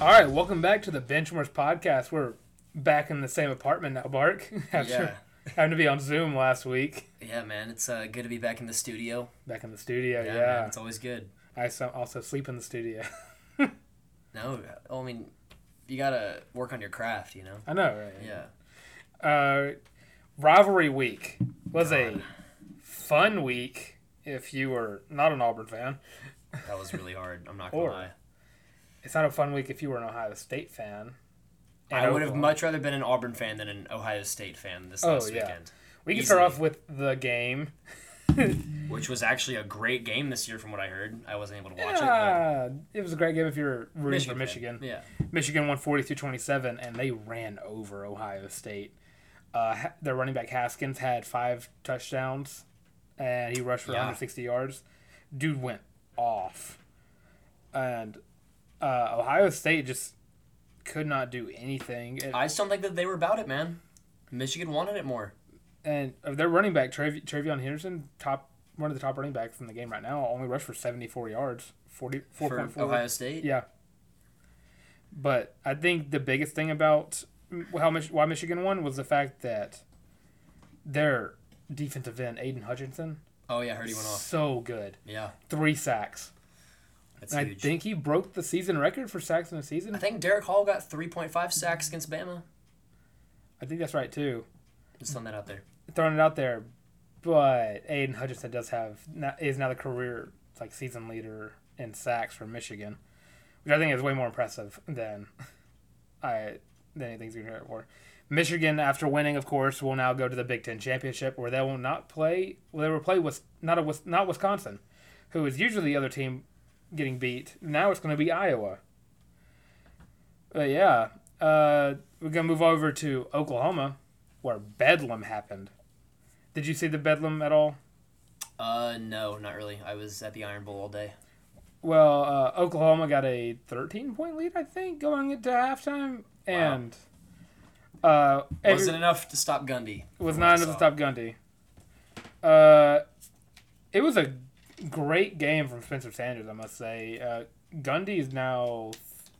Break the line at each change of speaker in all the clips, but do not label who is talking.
All right, welcome back to the Benchmarks podcast. We're back in the same apartment now, Bark. After
Yeah.
having to be on Zoom last week,
Yeah, man, it's uh, good to be back in the studio.
back in the studio. Yeah,
man, it's always good.
I so- also sleep in the studio.
No, I mean, you gotta work on your craft, you know.
I know, right?
Yeah,
Uh, rivalry week was a
God.
fun week if you were not an Auburn fan.
that was really hard. I'm not gonna
Or-
lie.
It's not a fun week if you were an Ohio State fan. And
I would have
Oklahoma.
much rather been an Auburn fan than an Ohio State fan this
Oh,
last
yeah.
weekend,
We can start
easily.
off with the game.
which was actually a great game this year, from what I heard. I wasn't able to watch it.
Yeah, it was a great game if you're
But
rooting for
fan.
Michigan.
Yeah,
Michigan won 42-27, and they ran over Ohio State. Uh, Ha- their running back Haskins had five touchdowns, and he rushed for
Yeah.
160 yards. Dude went off, and uh, Ohio State just could not do anything. And,
I just don't think that they were about it, man. Michigan wanted it more.
and their running back Trav- Travion Henderson, top one of the top running backs in the game right now, only rushed for 74 yards, 40,
For
4.4
Ohio State,
Yeah. But I think the biggest thing about m- how much why Michigan won was the fact that their defensive end Aiden Hutchinson
oh yeah, I heard he went off.
so good,
Yeah,
three sacks.
that's
And I
huge.
think he broke the season record for sacks in a season.
I think Derek Hall got 3.5 sacks against Bama.
I think that's right too.
Just throwing that out there.
Throwing it out there, but Aiden Hutchinson does have now- is now the career like season leader in sacks for Michigan, which I think is way more impressive than I than anything's going to get for. Michigan, after winning, of course, will now go to the Big Ten championship, where they will not play. Well, they will play with not a Wis- not Wisconsin, who is usually the other team getting beat. Now it's going to be Iowa. But yeah, uh, we're going to move over to Oklahoma, where Bedlam happened. Did you see the Bedlam at all?
Uh, no, not really. I was at the Iron Bowl all day.
Well, uh, Oklahoma got a 13 point lead, I think, going into halftime, and uh, every-
Wasn't enough to stop Gundy.
It was
from
not
what I
enough to
saw.
stop Gundy. Uh, it was a great game from Spencer Sanders, I must say. Uh, Gundy is now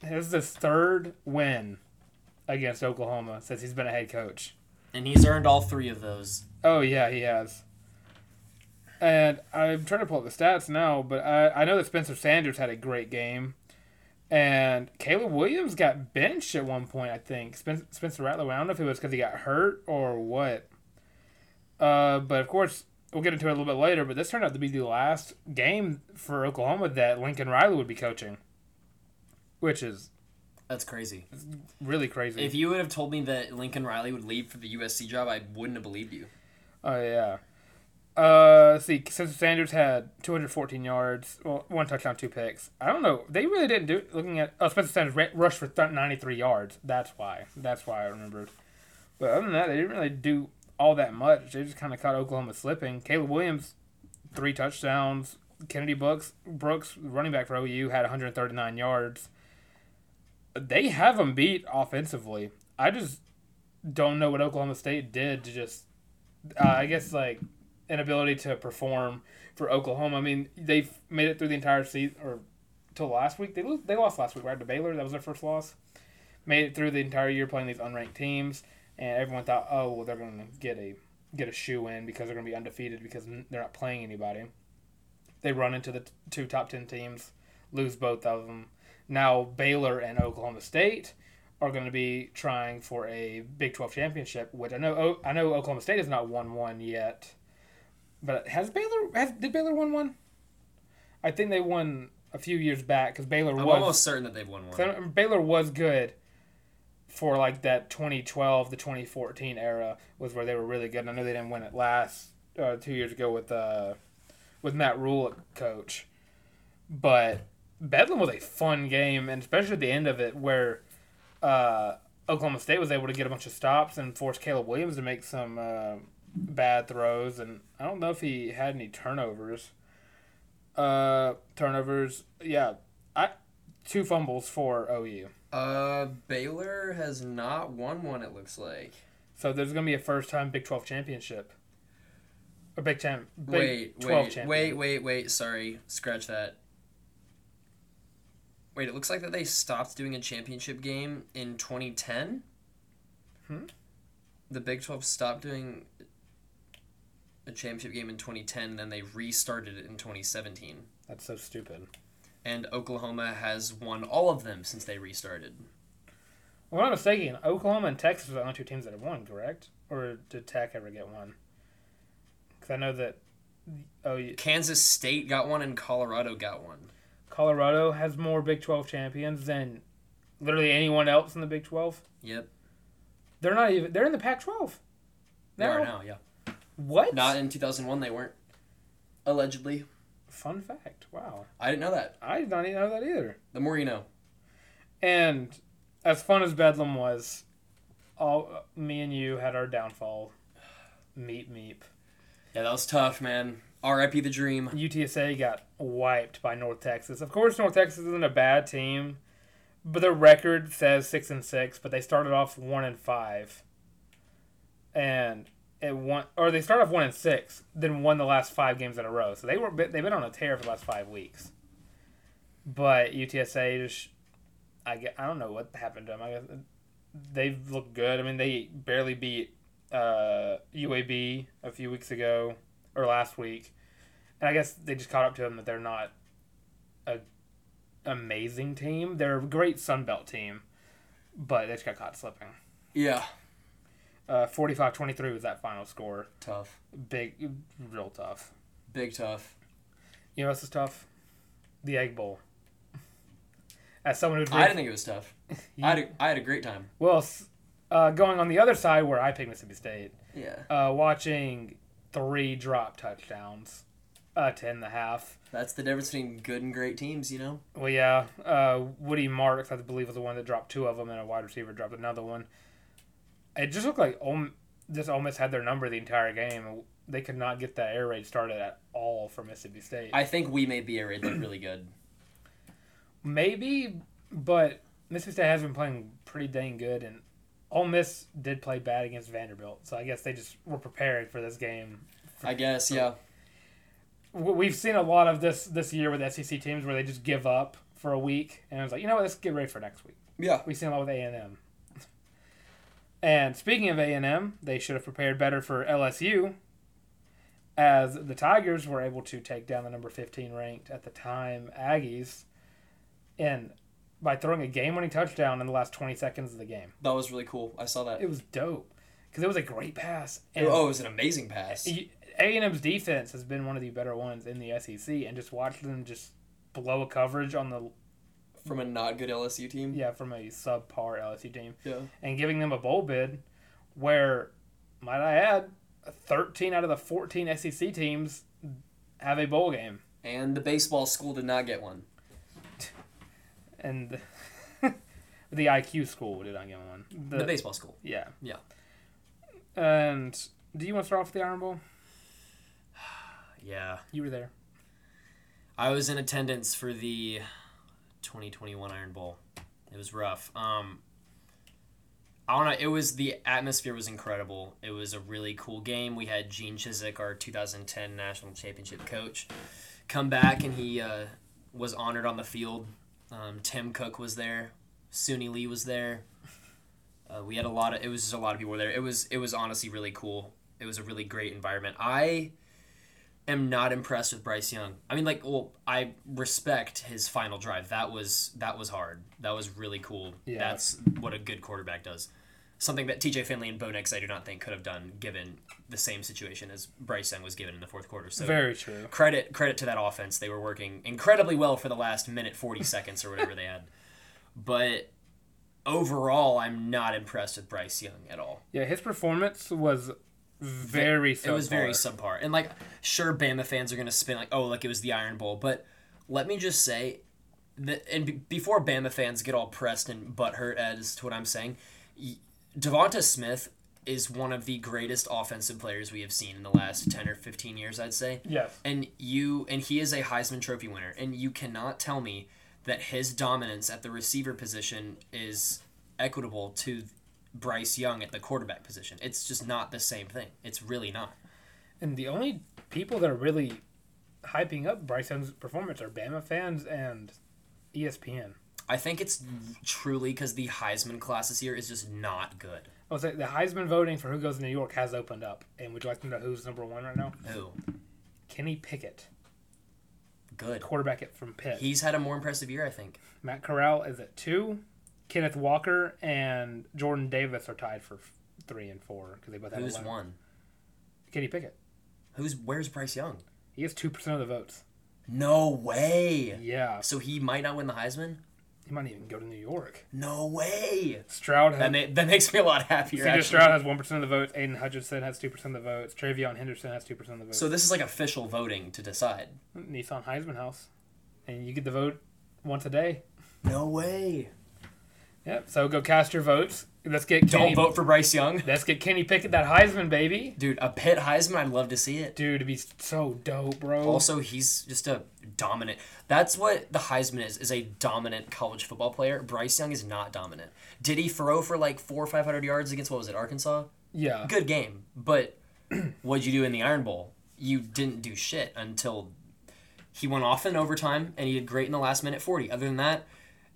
this is his third win against Oklahoma since he's been a head coach.
And he's earned all three of those.
Oh yeah, he has. And I'm trying to pull up the stats now, but I, I know that Spencer Sanders had a great game, and Caleb Williams got benched at one point. I think Spencer, Spencer Rattler. I don't know if it was because he got hurt or what. Uh, but of course, we'll get into it a little bit later. But this turned out to be the last game for Oklahoma that Lincoln Riley would be coaching, which is
That's crazy.
really crazy.
If you would have told me that Lincoln Riley would leave for the USC job, I wouldn't have believed you.
Oh yeah. Uh, let's see, Spencer Sanders had 214 yards, well, one touchdown, two picks. I don't know. They really didn't do. Looking at oh, Spencer Sanders ra- rushed for th- 93 yards. That's why. That's why I remembered. But other than that, they didn't really do all that much. They just kind of caught Oklahoma slipping. Caleb Williams, three touchdowns. Kennedy Brooks, Brooks, running back for OU, had 139 yards. They have them beat offensively. I just don't know what Oklahoma State did to just uh, I guess like inability to perform for Oklahoma. I mean, they've made it through the entire season or till last week. They lo- they lost last week right to Baylor. That was their first loss. Made it through the entire year playing these unranked teams, and everyone thought, oh well, they're going to get a get a shoe in because they're going to be undefeated because n- they're not playing anybody. They run into the t- two top ten teams, lose both of them. Now Baylor and Oklahoma State are going to be trying for a Big Twelve championship, which I know O- I know Oklahoma State has not won one yet, but has Baylor has did Baylor win one? I think they won a few years back because Baylor
I'm
was
almost certain that they've won
so,
one.
I mean, Baylor was good for like that 2012 to 2014 era was where they were really good. And I know they didn't win it last uh, two years ago with uh, with Matt Rule at coach, but Bedlam was a fun game, and especially at the end of it where uh, Oklahoma State was able to get a bunch of stops and force Caleb Williams to make some uh, bad throws, and I don't know if he had any turnovers. Uh, turnovers, yeah. I two fumbles for OU.
Uh, Baylor has not won one. It looks like.
So there's gonna be a first time Big Twelve championship. Or Big Ten Big
wait,
12
wait,
champion.
wait, wait, wait. Sorry, scratch that. Wait, it looks like that they stopped doing a championship game in 2010.
Hmm?
The Big 12 stopped doing a championship game in 2010, then they restarted it in 2017.
That's so stupid.
And Oklahoma has won all of them since they restarted.
Well, if I'm not mistaken, Oklahoma and Texas are the only two teams that have won, correct? Or did Tech ever get one? Because I know that. Oh, you-
Kansas State got one and Colorado got one.
Colorado has more Big 12 champions than literally anyone else in the Big 12.
Yep.
They're not even. They're in the Pac 12.
They are now, yeah.
What?
Not in 2001, they weren't. Allegedly.
Fun fact. Wow.
I didn't know that.
I did not even know that either.
The more you know.
And as fun as Bedlam was, all me and you had our downfall. Meep meep.
Yeah, that was tough, man. RIP the dream.
UTSA got wiped by North Texas. Of course, North Texas isn't a bad team, but their record says six and six. But they started off one and five, and it won, or they started off one and six, then won the last five games in a row. So they were they've been on a tear for the last five weeks. But UTSA just, I gue- I don't know what happened to them. I guess they've looked good. I mean, they barely beat uh, UAB a few weeks ago or last week. And I guess they just caught up to them that they're not a amazing team. They're a great Sunbelt team, but they just got caught slipping.
Yeah.
Uh, 45-23 was that final score.
Tough.
Big, real tough.
Big tough.
You know what else is tough? The Egg Bowl. As someone who's
I didn't think it was tough. I, had a, I had a great time.
well, s- uh, going on the other side where I picked Mississippi State,
Yeah.
uh, watching three drop touchdowns uh, to end the half.
That's the difference between good and great teams, you know?
Well, yeah. Uh, Woody Marks, I believe, was the one that dropped two of them, and a wide receiver dropped another one. It just looked like Ole, just Ole Miss had their number the entire game. They could not get that air raid started at all for Mississippi State.
I think we may be a raid look really good.
Maybe, but Mississippi State has been playing pretty dang good, and Ole Miss did play bad against Vanderbilt, so I guess they just were preparing for this game.
I guess, yeah.
W- We've seen a lot of this this year with SEC teams where they just give up for a week, and it's like, you know what, let's get ready for next week.
Yeah.
We've seen a lot with A and M. And speaking of A and M, they should have prepared better for LSU, as the Tigers were able to take down the number fifteen ranked at the time Aggies, and by throwing a game-winning touchdown in the last twenty seconds of the game.
That was really cool. I saw that.
It was dope because it was a great pass. And
Oh, it was an amazing pass.
a and M's defense has been one of the better ones in the SEC, and just watch them just blow a coverage on the
From a not good LSU team.
yeah from a subpar LSU team.
Yeah.
and giving them a bowl bid where, might I add, 13 out of the 14 SEC teams have a bowl game.
And the baseball school did not get one.
And the IQ school did not get one. The,
The, baseball school.
yeah.
Yeah.
And do you want to start off with the Iron Bowl?
Yeah.
You were there.
I was in attendance for the 2021 Iron Bowl. It was rough. Um, I don't know. It was the atmosphere was incredible. It was a really cool game. We had Gene Chiswick, our 2010 national championship coach, come back and he uh, was honored on the field. Um, Tim Cook was there. Suni Lee was there. Uh, we had a lot of. It was just a lot of people were there. It was. It was honestly really cool. It was a really great environment. I am not impressed with Bryce Young. I mean, like, well, I respect his final drive. That was that was hard. That was really cool.
Yeah.
That's what a good quarterback does. Something that T.J. Finley and Bo Nix I do not think could have done given the same situation as Bryce Young was given in the fourth quarter. So
Very true.
credit credit to that offense. They were working incredibly well for the last minute forty seconds or whatever they had. But overall, I'm not impressed with Bryce Young at all.
Yeah, his performance was very
It was very
subpar.
subpar. And like, sure, Bama fans are gonna spin like, oh, like it was the Iron Bowl. But let me just say that, and be before Bama fans get all pressed and butthurt as to what I'm saying, y- Devonta Smith is one of the greatest offensive players we have seen in the last ten or fifteen years. I'd say
Yes.
and you and he is a Heisman Trophy winner, and you cannot tell me that his dominance at the receiver position is equitable to Bryce Young at the quarterback position. It's just not the same thing. It's really not.
And the only people that are E really hyping up Bryce Young's performance are Bama fans and ESPN.
I think it's truly because the Heisman class this year is just not good.
I was like, the Heisman voting for who goes to New York has opened up, and would you like to know who's number one right now?
Who?
Kenny Pickett,
Good.
quarterback at from Pitt.
He's had a more impressive year, I think.
Matt Corral is at two. Kenneth Walker and Jordan Davis are tied for f- three and four because they both have
Who's
11.
won?
Kenny Pickett.
Who's where's Bryce Young?
He has two percent of the votes.
No way.
Yeah,
So he might not win the Heisman.
he might even go to New York.
No way.
Stroud has
That ma- that makes me a lot happier.
CJ
Actually.
Stroud has one percent of the votes. Aiden Hutchinson has two percent of the votes. Travion Henderson has two percent of the votes.
So this is like official voting to decide.
Nissan Heisman House, and you get the vote once a day.
No way.
Yep. So go cast your votes. Let's get
Don't
Kenny,
vote for Bryce Young.
Let's get Kenny Pickett that Heisman baby.
Dude, a Pitt Heisman, I'd love to see it.
Dude, it'd be so dope, bro.
Also, he's just a dominant. That's what the Heisman is, is a dominant college football player. Bryce Young is not dominant. Did he throw for like four or 500 yards against, what was it, Arkansas?
yeah.
Good game. But what'd you do in the Iron Bowl? You didn't do shit until he went off in overtime and he did great in the last minute 40. Other than that,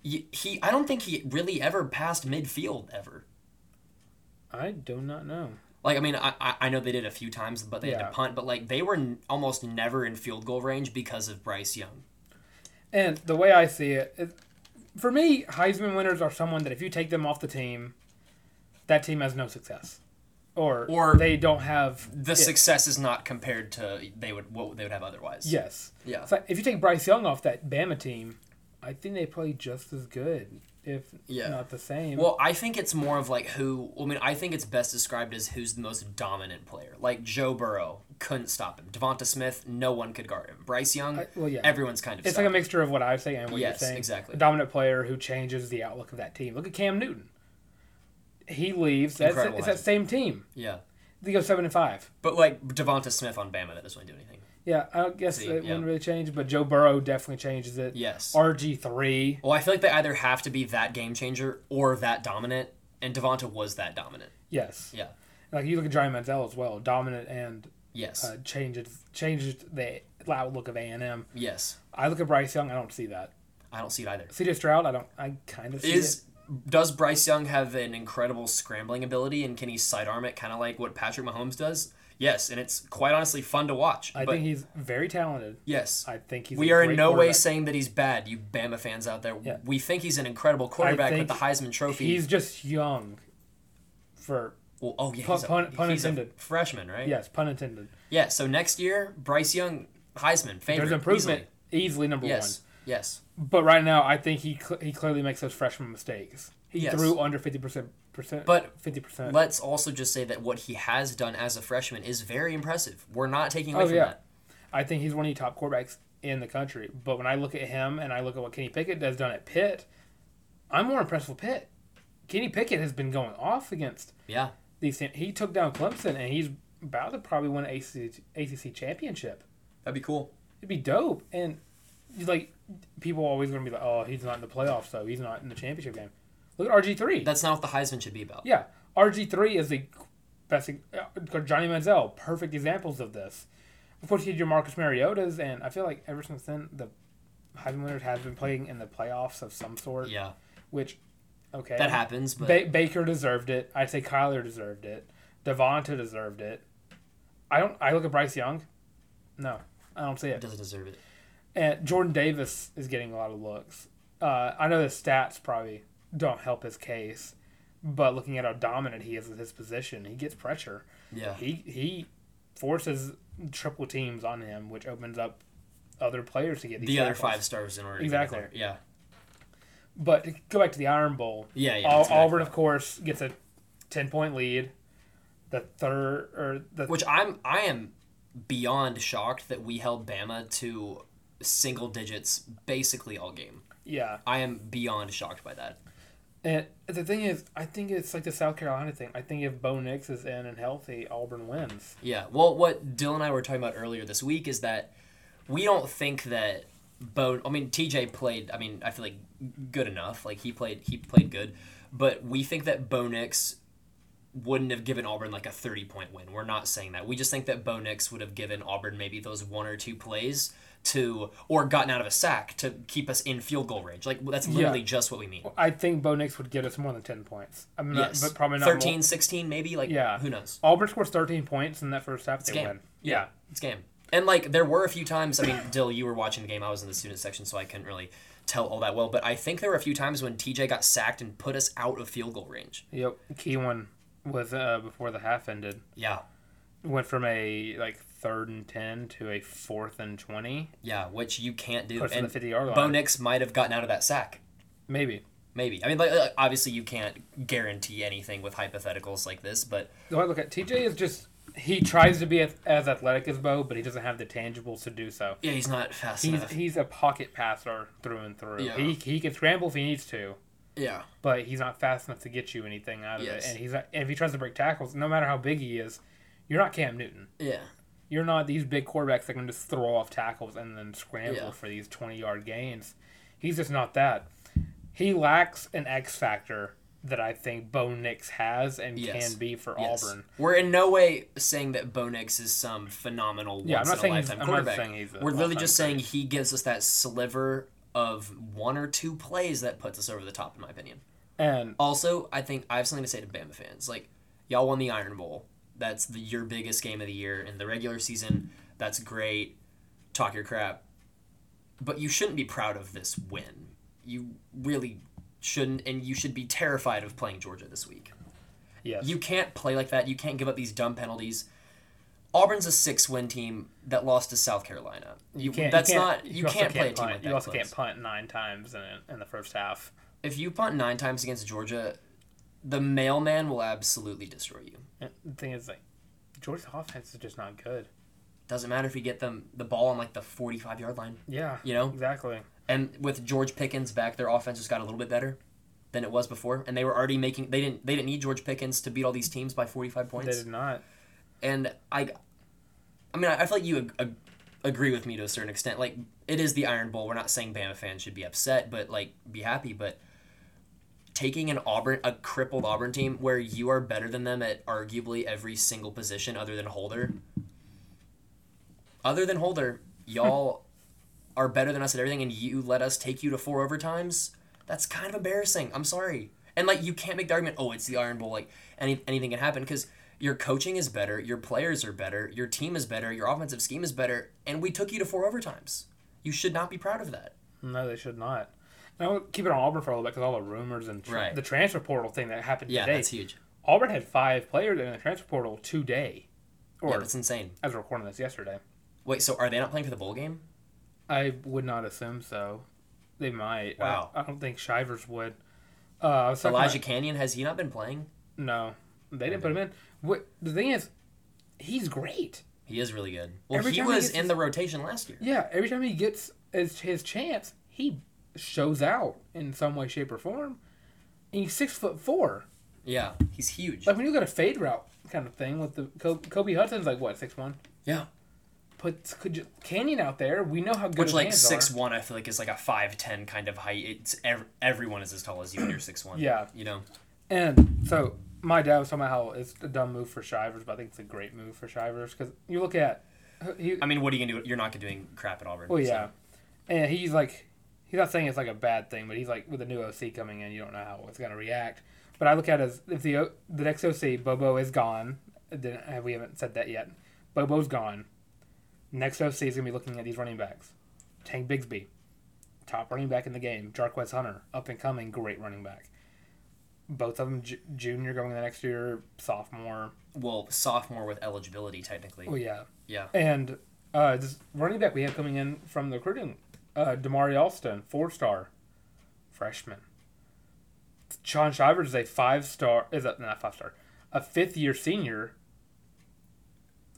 y- he I don't think he really ever passed midfield ever.
I do not know.
Like I mean, I I- I know they did a few times, but they had
Yeah.
to punt. But like they were n- almost never in field goal range because of Bryce Young.
And the way I see it, it, for me, Heisman winners are someone that if you take them off the team, that team has no success, or
Or-
they don't have
The
it.
success is not compared to they would what they would have otherwise.
Yes.
Yeah.
So if you take Bryce Young off that Bama team, I think they play just as good, if
Yeah.
not the same.
Well, I think it's more of like who. I mean, I think it's best described as who's the most dominant player. Like Joe Burrow couldn't stop him. Devonta Smith, no one could guard him. Bryce Young,
I- well, yeah.
everyone's kind of.
it's like a
stopped.
mixture of what I say and what
Yes,
you're saying.
exactly.
A dominant player who changes the outlook of that team. Look at Cam Newton. He leaves. That's
Incredible
it's that
Heisman.
same team.
yeah,
They go seven and five.
but like Devonta Smith on Bama, that doesn't really do anything.
Yeah, I guess
See,
it
yeah.
wouldn't really change, but Joe Burrow definitely changes it.
Yes.
RG three.
Well, I feel like they either have to be that game changer or that dominant, and Devonta was that dominant.
Yes.
Yeah.
Like you look at Johnny Manziel as well, dominant and
Yes.
uh, changes changes the outlook of A and M.
yes.
I look at Bryce Young. I don't see that.
I don't see it either.
CJ Stroud, I don't. I kind of see
Is
it.
does Bryce Young have an incredible scrambling ability and can he sidearm it kind of like what Patrick Mahomes does? Yes, and it's quite honestly fun to watch.
I
but
think he's very talented.
yes.
I think he's.
we
a
are in
great
no way
quarterback.
saying that he's bad, you Bama fans out there.
Yeah.
We think he's an incredible quarterback with
think
the Heisman Trophy.
He's just young. For
well, oh yeah,
Pun-
he's a,
pun- pun
he's a
intended.
freshman, right?
yes, pun intended.
Yeah. So next year, Bryce Young Heisman favorite.
There's improvement, easily, number
easily. Yes. Yes.
one. But right now, I think he cl- he clearly makes those freshman mistakes. He
Yes.
threw under fifty percent. Percent.
But
fifty percent.
Let's also just say that what he has done as a freshman is very impressive. We're not taking away
Oh,
from
yeah.
that.
I think he's one of the top quarterbacks in the country. But when I look at him and I look at what Kenny Pickett has done at Pitt, I'm more impressed with Pitt. Kenny Pickett has been going off against
Yeah.
these. teams. He took down Clemson, and he's about to probably win an ACC, ACC championship.
That'd be cool.
It'd be dope. And like people are always gonna be like, oh, he's not in the playoffs, so he's not in the championship game. Look at RG three.
That's not what the Heisman should be about.
Yeah, RG three is the best. uh, Johnny Manziel, perfect examples of this. Of course, you had your Marcus Mariotas, and I feel like ever since then, the Heisman winners have been playing in the playoffs of some sort.
Yeah.
Which, okay,
That happens, but
Ba- Baker deserved it. I'd say Kyler deserved it. Devonta deserved it. I don't. I look at Bryce Young. No, I don't see it.
doesn't deserve it.
And Jordan Davis is getting a lot of looks. Uh, I know the stats probably don't help his case, but looking at how dominant he is with his position, he gets pressure.
Yeah.
He he forces triple teams on him, which opens up other players to get these
The other
tackles.
five stars in order
Exactly.
to get there. Yeah.
But to go back to the Iron Bowl.
Yeah, yeah,
Al-
exactly.
Auburn, of course, gets a ten point lead. The third or the
Which I'm I am beyond shocked that we held Bama to single digits basically all game.
yeah.
I am beyond shocked by that.
And the thing is, I think it's like the South Carolina thing. I think if Bo Nix is in and healthy, Auburn wins.
Yeah. Well, what Dylan and I were talking about earlier this week is that we don't think that Bo. I mean, TJ played. I mean, I feel like good enough. Like he played. He played good, but we think that Bo Nix wouldn't have given Auburn like a 30 point win. We're not saying that. We just think that Bo Nix would have given Auburn maybe those one or two plays to, or gotten out of a sack to keep us in field goal range. Like, that's literally
Yeah.
just what we mean.
I think Bo Nix would get us more than ten points. I'm not,
Yes.
but probably not
13,
More.
16, maybe. Like,
Yeah.
who knows?
Auburn scores thirteen points in that first half. they
game.
win. Yeah.
It's game. And like there were a few times, I mean, Dill, you were watching the game. I was in the student section, so I couldn't really tell all that well. But I think there were a few times when TJ got sacked and put us out of field goal range.
Yep. Key one was uh, before the half ended.
Yeah,
Went from a like third and ten to a fourth and twenty.
yeah, which you can't do.
Put us in
and
the 50-yard line.
Bo Nix might have gotten out of that sack.
Maybe
Maybe. I mean, like, uh, obviously you can't guarantee anything with hypotheticals like this, but
the way I look at TJ is just he tries to be as, as athletic as Bo, but he doesn't have the tangibles to do so.
yeah, he's not fast
He's
enough.
he's a pocket passer through and through.
Yeah.
He he can scramble if he needs to,
yeah,
but he's not fast enough to get you anything out of
Yes.
it. And he's not, and if he tries to break tackles, no matter how big he is, you're not Cam Newton.
yeah,
You're not these big quarterbacks that can just throw off tackles and then scramble
Yeah.
for these 20 yard gains. He's just not that. He lacks an X factor that I think Bo Nix has and
Yes.
can be for
yes.
Auburn.
We're in no way saying that Bo Nix is some phenomenal once
Yeah, I'm not
in
saying
a
he's-
lifetime
I'm not
quarterback.
saying he's a
We're literally
all-time
just saying he gives us that sliver of one or two plays that puts us over the top, in my opinion.
And
Also, I think I have something to say to Bama fans. Like, y'all won the Iron Bowl. That's the, your biggest game of the year in the regular season. That's great. Talk your crap. But you shouldn't be proud of this win. You really shouldn't, and you should be terrified of playing Georgia this week.
yes,
You can't play like that. You can't give up these dumb penalties. Auburn's a six-win team that lost to South Carolina. You,
can't-
that's
can't-
not you, can't, play a team
punt.
like that.
You also
close.
can't punt nine times in, in the first half.
If you punt nine times against Georgia, the mailman will absolutely destroy you.
And the thing is, like, Georgia's offense is just not good.
Doesn't matter if you get them the ball on like the forty-five yard line.
Yeah,
You know?
exactly.
And with George Pickens back, their offense just got a little bit better than it was before. And they were already making they didn't they didn't need George Pickens to beat all these teams by forty-five points.
They did not.
and I, I mean, I, I feel like you ag- ag- agree with me to a certain extent. Like, it is the Iron Bowl. We're not saying Bama fans should be upset, but like, be happy. But taking an Auburn, a crippled Auburn team, where you are better than them at arguably every single position other than Holder. Other than Holder, y'all are better than us at everything, and you let us take you to four overtimes. That's kind of embarrassing. I'm sorry. And like, you can't make the argument, oh, it's the Iron Bowl. Like, any anything can happen because your coaching is better, your players are better, your team is better, your offensive scheme is better, and we took you to four overtimes. You should not be proud of that.
No, they should not. Now keep it on Auburn for a little bit because all the rumors and tr-
Right.
the transfer portal thing that happened
Yeah,
today.
that's huge.
Auburn had five players in the transfer portal today, or
Yeah, that's insane.
as we're recording this yesterday.
Wait, so are they not playing for the bowl game?
I would not assume so. They might. I-
Wow.
I, don't think Shivers would. Uh, I was talking
Elijah
about-
Canyon has he not been playing?
no, they didn't put him in. What the thing is, he's great.
He is really good. Well,
Every
he
time he
was
gets
in
his-
the rotation last year.
Yeah, every time he gets his, his chance, he shows out in some way, shape, or form. And he's six foot four.
Yeah, he's huge.
Like when you got a fade route kind of thing with the Ko- Kobe Hudson's like what six one.
Yeah,
Put could you, Canyon out there. We know how good
which
his
like
hands
six
are.
one, I feel like is like a five ten kind of height. It's ev- everyone is as tall as you when you're six one.
Yeah.
you know.
And so my dad was talking about how it's a dumb move for Shivers, but I think it's a great move for Shivers because you look at he.
I mean, what are you gonna do? You're not gonna doing crap at Auburn.
Well,
so-
Oh, yeah, and he's like, he's not saying it's like a bad thing, but he's like with a new OC coming in, you don't know how it's gonna react. But I look at it as if the O- the next OC Bobo is gone. Then uh, we haven't said that yet. Bobo's gone. Next OC is gonna be looking at these running backs. Tank Bigsby, top running back in the game. Jarquez Hunter, up and coming, great running back. Both of them j- junior going the next year, sophomore.
well, sophomore with eligibility technically.
Oh yeah,
Yeah.
and uh, this running back we have coming in from the recruiting, uh, Damari Alston, four star freshman. John Shivers is a five star is a not five star, a fifth year senior.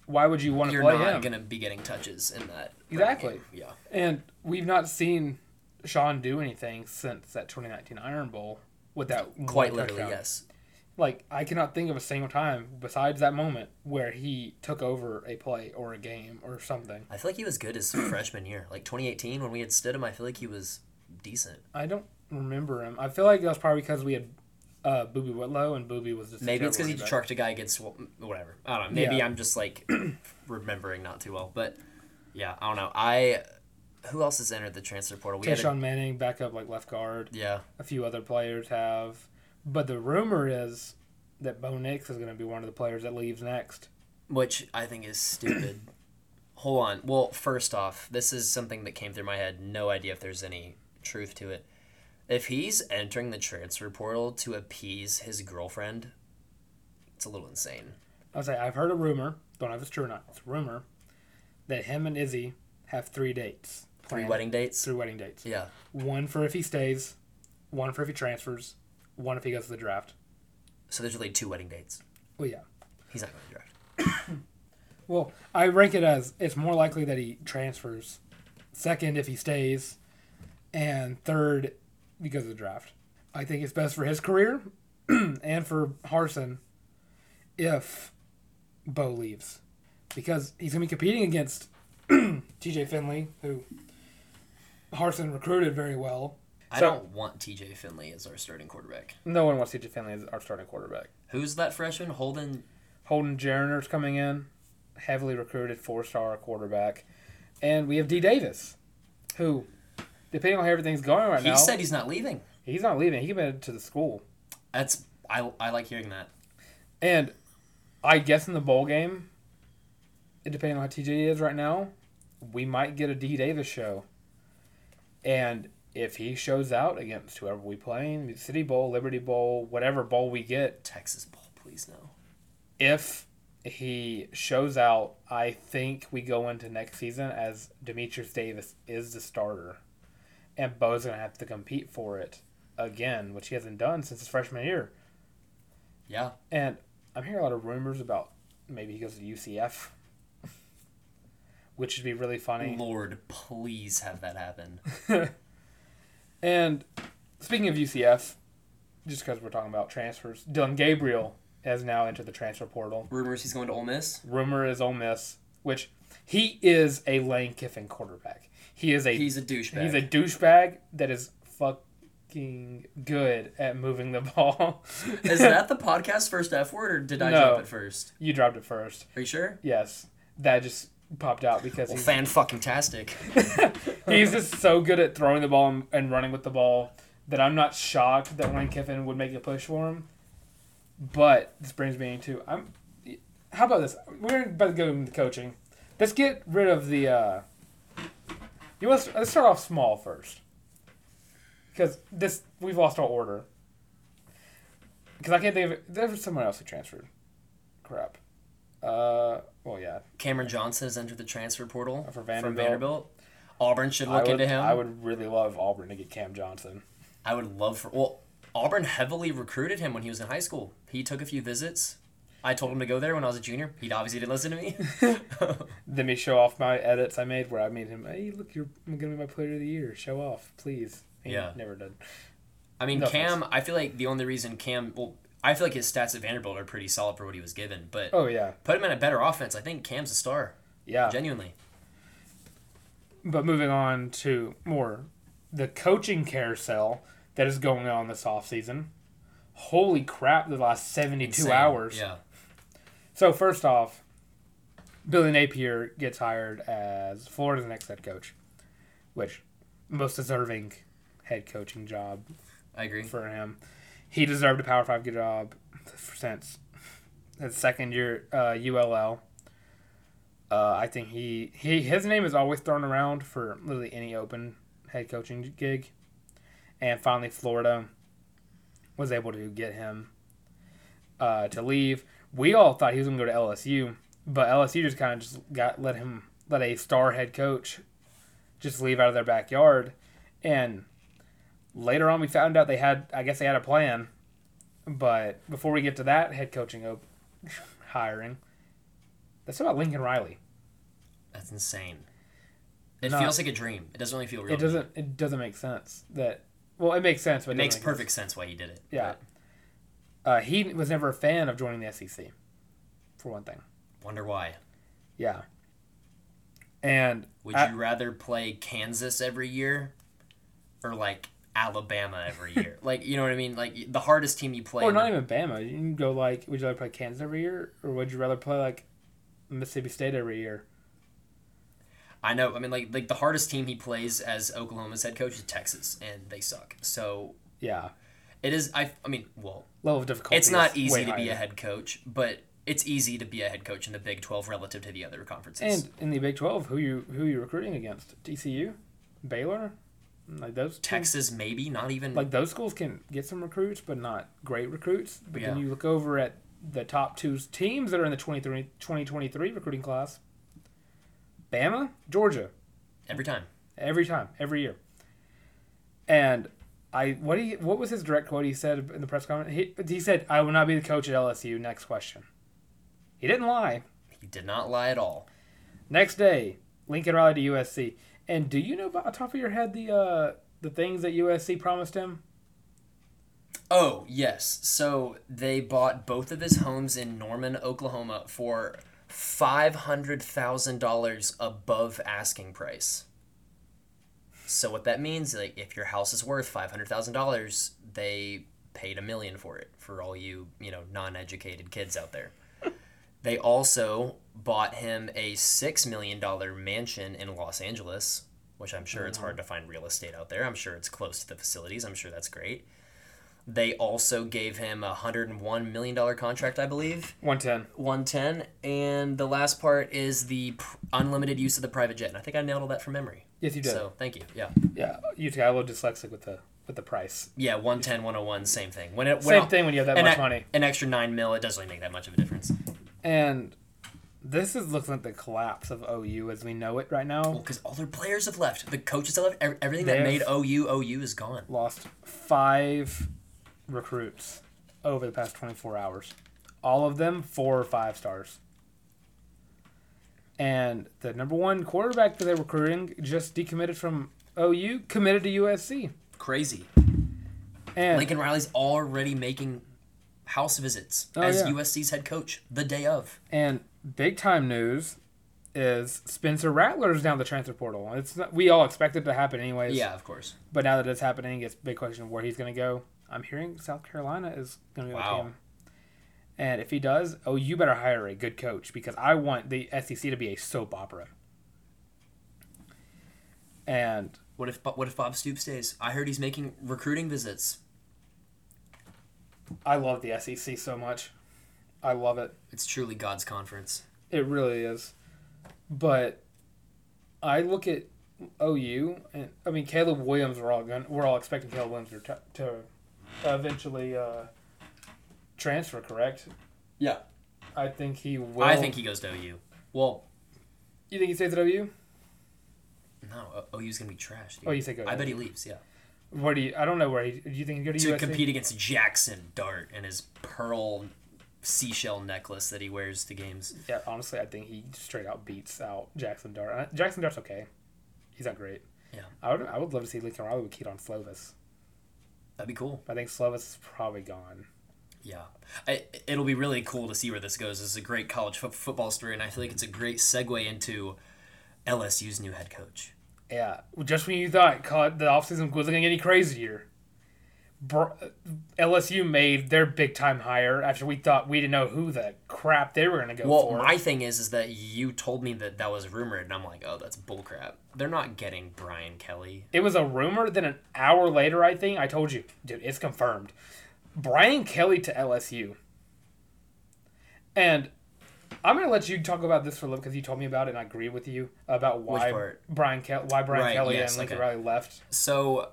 Why would you want to
You're
play
not
him?
gonna be getting touches in that.
Exactly.
game. Yeah.
And we've not seen Sean do anything since that 2019 Iron Bowl with that one
Quite literally,
touchdown.
yes.
Like I cannot think of a single time besides that moment where he took over a play or a game or something.
I feel like he was good his freshman year, like 2018 when we had Stidham. I feel like he was decent.
I don't remember him. I feel like that was probably because we had uh, Booby Whitlow, and Booby was just a
Maybe it's
terrible
because he
running back.
trucked a guy against wa- whatever. I don't know. Maybe
Yeah.
I'm just like remembering not too well, but yeah, I don't know. I who else has entered the transfer portal? We had a,
Tayshaun Manning, backup like left guard.
yeah,
A few other players have, but the rumor is that Bo Nix is going to be one of the players that leaves next.
which I think is stupid. Hold on. Well, first off, this is something that came through my head. No idea if there's any truth to it. If he's entering the transfer portal to appease his girlfriend, it's a little insane.
I'll say I've heard a rumor. Don't know if it's true or not. It's a rumor that him and Izzy have three dates.
Three
planned-
wedding dates.
Three wedding dates.
Yeah.
One for if he stays. One for if he transfers. One if he goes to the draft.
So there's really two wedding dates.
Well, yeah.
He's not going to draft.
Well, I rank it as it's more likely that he transfers. Second, if he stays, and third, because of the draft. I think it's best for his career and for Harson if Bo leaves, because he's gonna be competing against T.J. Finley, who Harson recruited very well.
I
So-
don't want TJ Finley as our starting quarterback.
No one wants T.J. Finley as our starting quarterback.
Who's that freshman? Holden.
Holden Jarner's coming in, heavily recruited four-star quarterback, and we have D. Davis, who, depending on how everything's going right
He
now,
said he's not leaving.
he's not leaving. He committed to the school,
That's I, I like hearing that.
and I guess in the bowl game, it depending on how TJ is right now, we might get a D. Davis show, and if he shows out against whoever we playing, City Bowl, Liberty Bowl, whatever bowl we get,
Texas Bowl, please no.
if he shows out, I think we go into next season as Demetrius Davis is the starter, and Bo's gonna have to compete for it again, which he hasn't done since his freshman year.
Yeah.
And I'm hearing a lot of rumors about maybe he goes to UCF, which would be really funny.
Lord, please have that happen.
And speaking of UCF, just because we're talking about transfers, Dylan Gabriel has now entered the transfer portal.
Rumors he's going to Ole Miss.
rumor is Ole Miss, which he is a Lane Kiffin quarterback. He is a he's,
He's a douchebag.
a douchebag that is fucking good at moving the ball.
Is that the podcast first F word, or did I
No.
drop it first?
you dropped it first.
Are you sure?
Yes, that just popped out because
Well,
he's,
fan fucking tastic.
he's just so good at throwing the ball and, and running with the ball that I'm not shocked that Lane Kiffin would make a push for him. But this brings me into I'm. How about this? We're about to go into coaching. Let's get rid of the. Uh, you let's, let's start off small first, because this we've lost our order. Because I can't think of there was someone else who transferred. Crap. Uh, well, yeah.
Cameron Johnson has entered the transfer portal
For
from
Vanderbilt.
Vanderbilt. Auburn should
I
look
would,
into him.
I would really love Auburn to get Cam Johnson.
I would love for well, Auburn heavily recruited him when he was in high school. He took a few visits. I told him to go there when I was a junior. He obviously didn't listen to me.
Let me show off my edits I made where I made him. Hey, look, you're gonna be my player of the year. Show off, please. He
Yeah.
never did.
I mean,
No
Cam. I feel like the only reason Cam. Well, I feel like his stats at Vanderbilt are pretty solid for what he was given. But
Oh yeah,
put him in a better offense. I think Cam's a star.
yeah.
Genuinely,
But moving on to more the coaching carousel that is going on this offseason. Holy crap! The last seventy-two
Insane.
hours.
Yeah,
So first off, Billy Napier gets hired as Florida's next head coach, which most deserving head coaching job
I agree.
for him. He deserved a Power Five good job since his second year uh, ULL. Uh, I think he, he his name is always thrown around for literally any open head coaching gig, and finally Florida was able to get him uh, to leave. We all thought he was going to go to LSU, but LSU just kind of just got let him let a star head coach just leave out of their backyard, and later on we found out they had i guess they had a plan but before we get to that head coaching op- hiring that's about lincoln riley
That's insane. It
No.
feels like a dream. It doesn't really feel real.
it
to me.
doesn't it doesn't make sense that well it makes sense but
It
doesn't
makes
make
perfect sense why he did it.
Yeah.
but
sense. uh, he was never a fan of joining the sec for one thing
Wonder why.
yeah and
Would
I-
you rather play Kansas every year or like Alabama every year. like you know what I mean? Like the hardest team you play.
Or
in
not
the-
even Bama. You can go like, would you rather play Kansas every year, or would you rather play like Mississippi State every year?
I know. I mean, like like the hardest team he plays as Oklahoma's head coach is Texas, and they suck. So
Yeah,
it is. I I mean, well,
level of difficulty.
it's not
is way
easy to be
higher.
a head coach, but it's easy to be a head coach in the Big Twelve relative to the other conferences.
And in the Big Twelve, who you who you recruiting against? TCU, Baylor, like those teams-
Texas, maybe not even.
like those schools can get some recruits, but not great recruits. But then
Yeah.
you look over at the top two teams that are in the 23 2023 recruiting class. Bama, Georgia,
every time.
every time, every year. And I what he what was his direct quote he said in the press conference? He, he said, "I will not be the coach at LSU." Next question. He didn't lie.
He did not lie at all.
Next day, Lincoln Riley to USC. And do you know about on top of your head the uh, the things that USC promised him?
Oh, yes. So they bought both of his homes in Norman, Oklahoma for $500,000 above asking price. So what that means like if your house is worth $500,000, they paid a million for it for all you, you know, non-educated kids out there. they also bought him a 6 million dollar mansion in Los Angeles, which I'm sure it's hard to find real estate out there. I'm sure it's close to the facilities. I'm sure that's great. They also gave him a hundred and one million dollar contract, I believe,
One ten.
one ten. And the last part is the pr- unlimited use of the private jet. And I think I nailed all that from memory.
Yes, you did.
So thank you. Yeah,
Yeah, you got a little dyslexic with the with the price.
yeah, one ten, one hundred one, same thing. When it when
Same
I'll-
thing when you have that
an,
much
e-
money.
an extra nine mil, it doesn't really make that much of a difference.
And this is looking at the collapse of OU as we know it right now.
Because all their players have left, the coaches have left, ev- everything that
They've-
made OU OU is gone.
Lost five recruits over the past twenty four hours. All of them four or five stars. And the number one quarterback that they're recruiting just decommitted from OU, committed to USC.
Crazy.
And
Lincoln Riley's already making house visits
Oh,
as
yeah.
USC's head coach the day of.
And big time news is Spencer Rattler's down the transfer portal. It's not, we all expected it to happen anyways.
Yeah, of course.
But now that it's happening, it's a big question of where he's going to go. I'm hearing South Carolina is going to be
Wow.
like him. And if he does, oh, you better hire a good coach because I want the SEC to be a soap opera. And
What if what if Bob Stoops stays? I heard he's making recruiting visits.
I love the SEC so much. I love it.
It's truly God's conference.
It really is. But I look at OU, and I mean Caleb Williams. We're all going we're all expecting Caleb Williams to, to eventually uh, transfer. Correct?
Yeah.
I think he will.
I think he goes to OU. Well,
you think he stays at OU.
no, O- OU's gonna be trash. Dude.
Oh, you think?
I bet he leaves. Yeah.
Where do you? I don't know where he. Do you think he go to,
To
USC?
compete against Jackson Dart and his pearl seashell necklace that he wears to games.
Yeah, honestly, I think he straight out beats out Jackson Dart. Uh, Jackson Dart's okay. He's not great.
Yeah.
I would. I would love to see Lincoln Riley with Keaton Slovis.
That'd be cool.
I think Slovis is probably gone.
Yeah. I, it'll be really cool to see where this goes. This is a great college fo- football story, and I feel like it's a great segue into LSU's new head coach.
Yeah, just when you thought college, the offseason wasn't going to get any crazier, Br- LSU made their big time hire after we thought we didn't know who the crap they were going to go
Well,
for.
my thing is, is that you told me that that was rumored, and I'm like, oh, that's bullcrap. They're not getting Brian Kelly.
it was a rumor. Then an hour later, I think I told you, dude, it's confirmed. Brian Kelly to LSU. And I'm going to let you talk about this for a little because you told me about it and I agree with you about why
part?
Brian Ke- why Brian
Right,
Kelly
yes,
and Lincoln
okay.
Riley left.
So,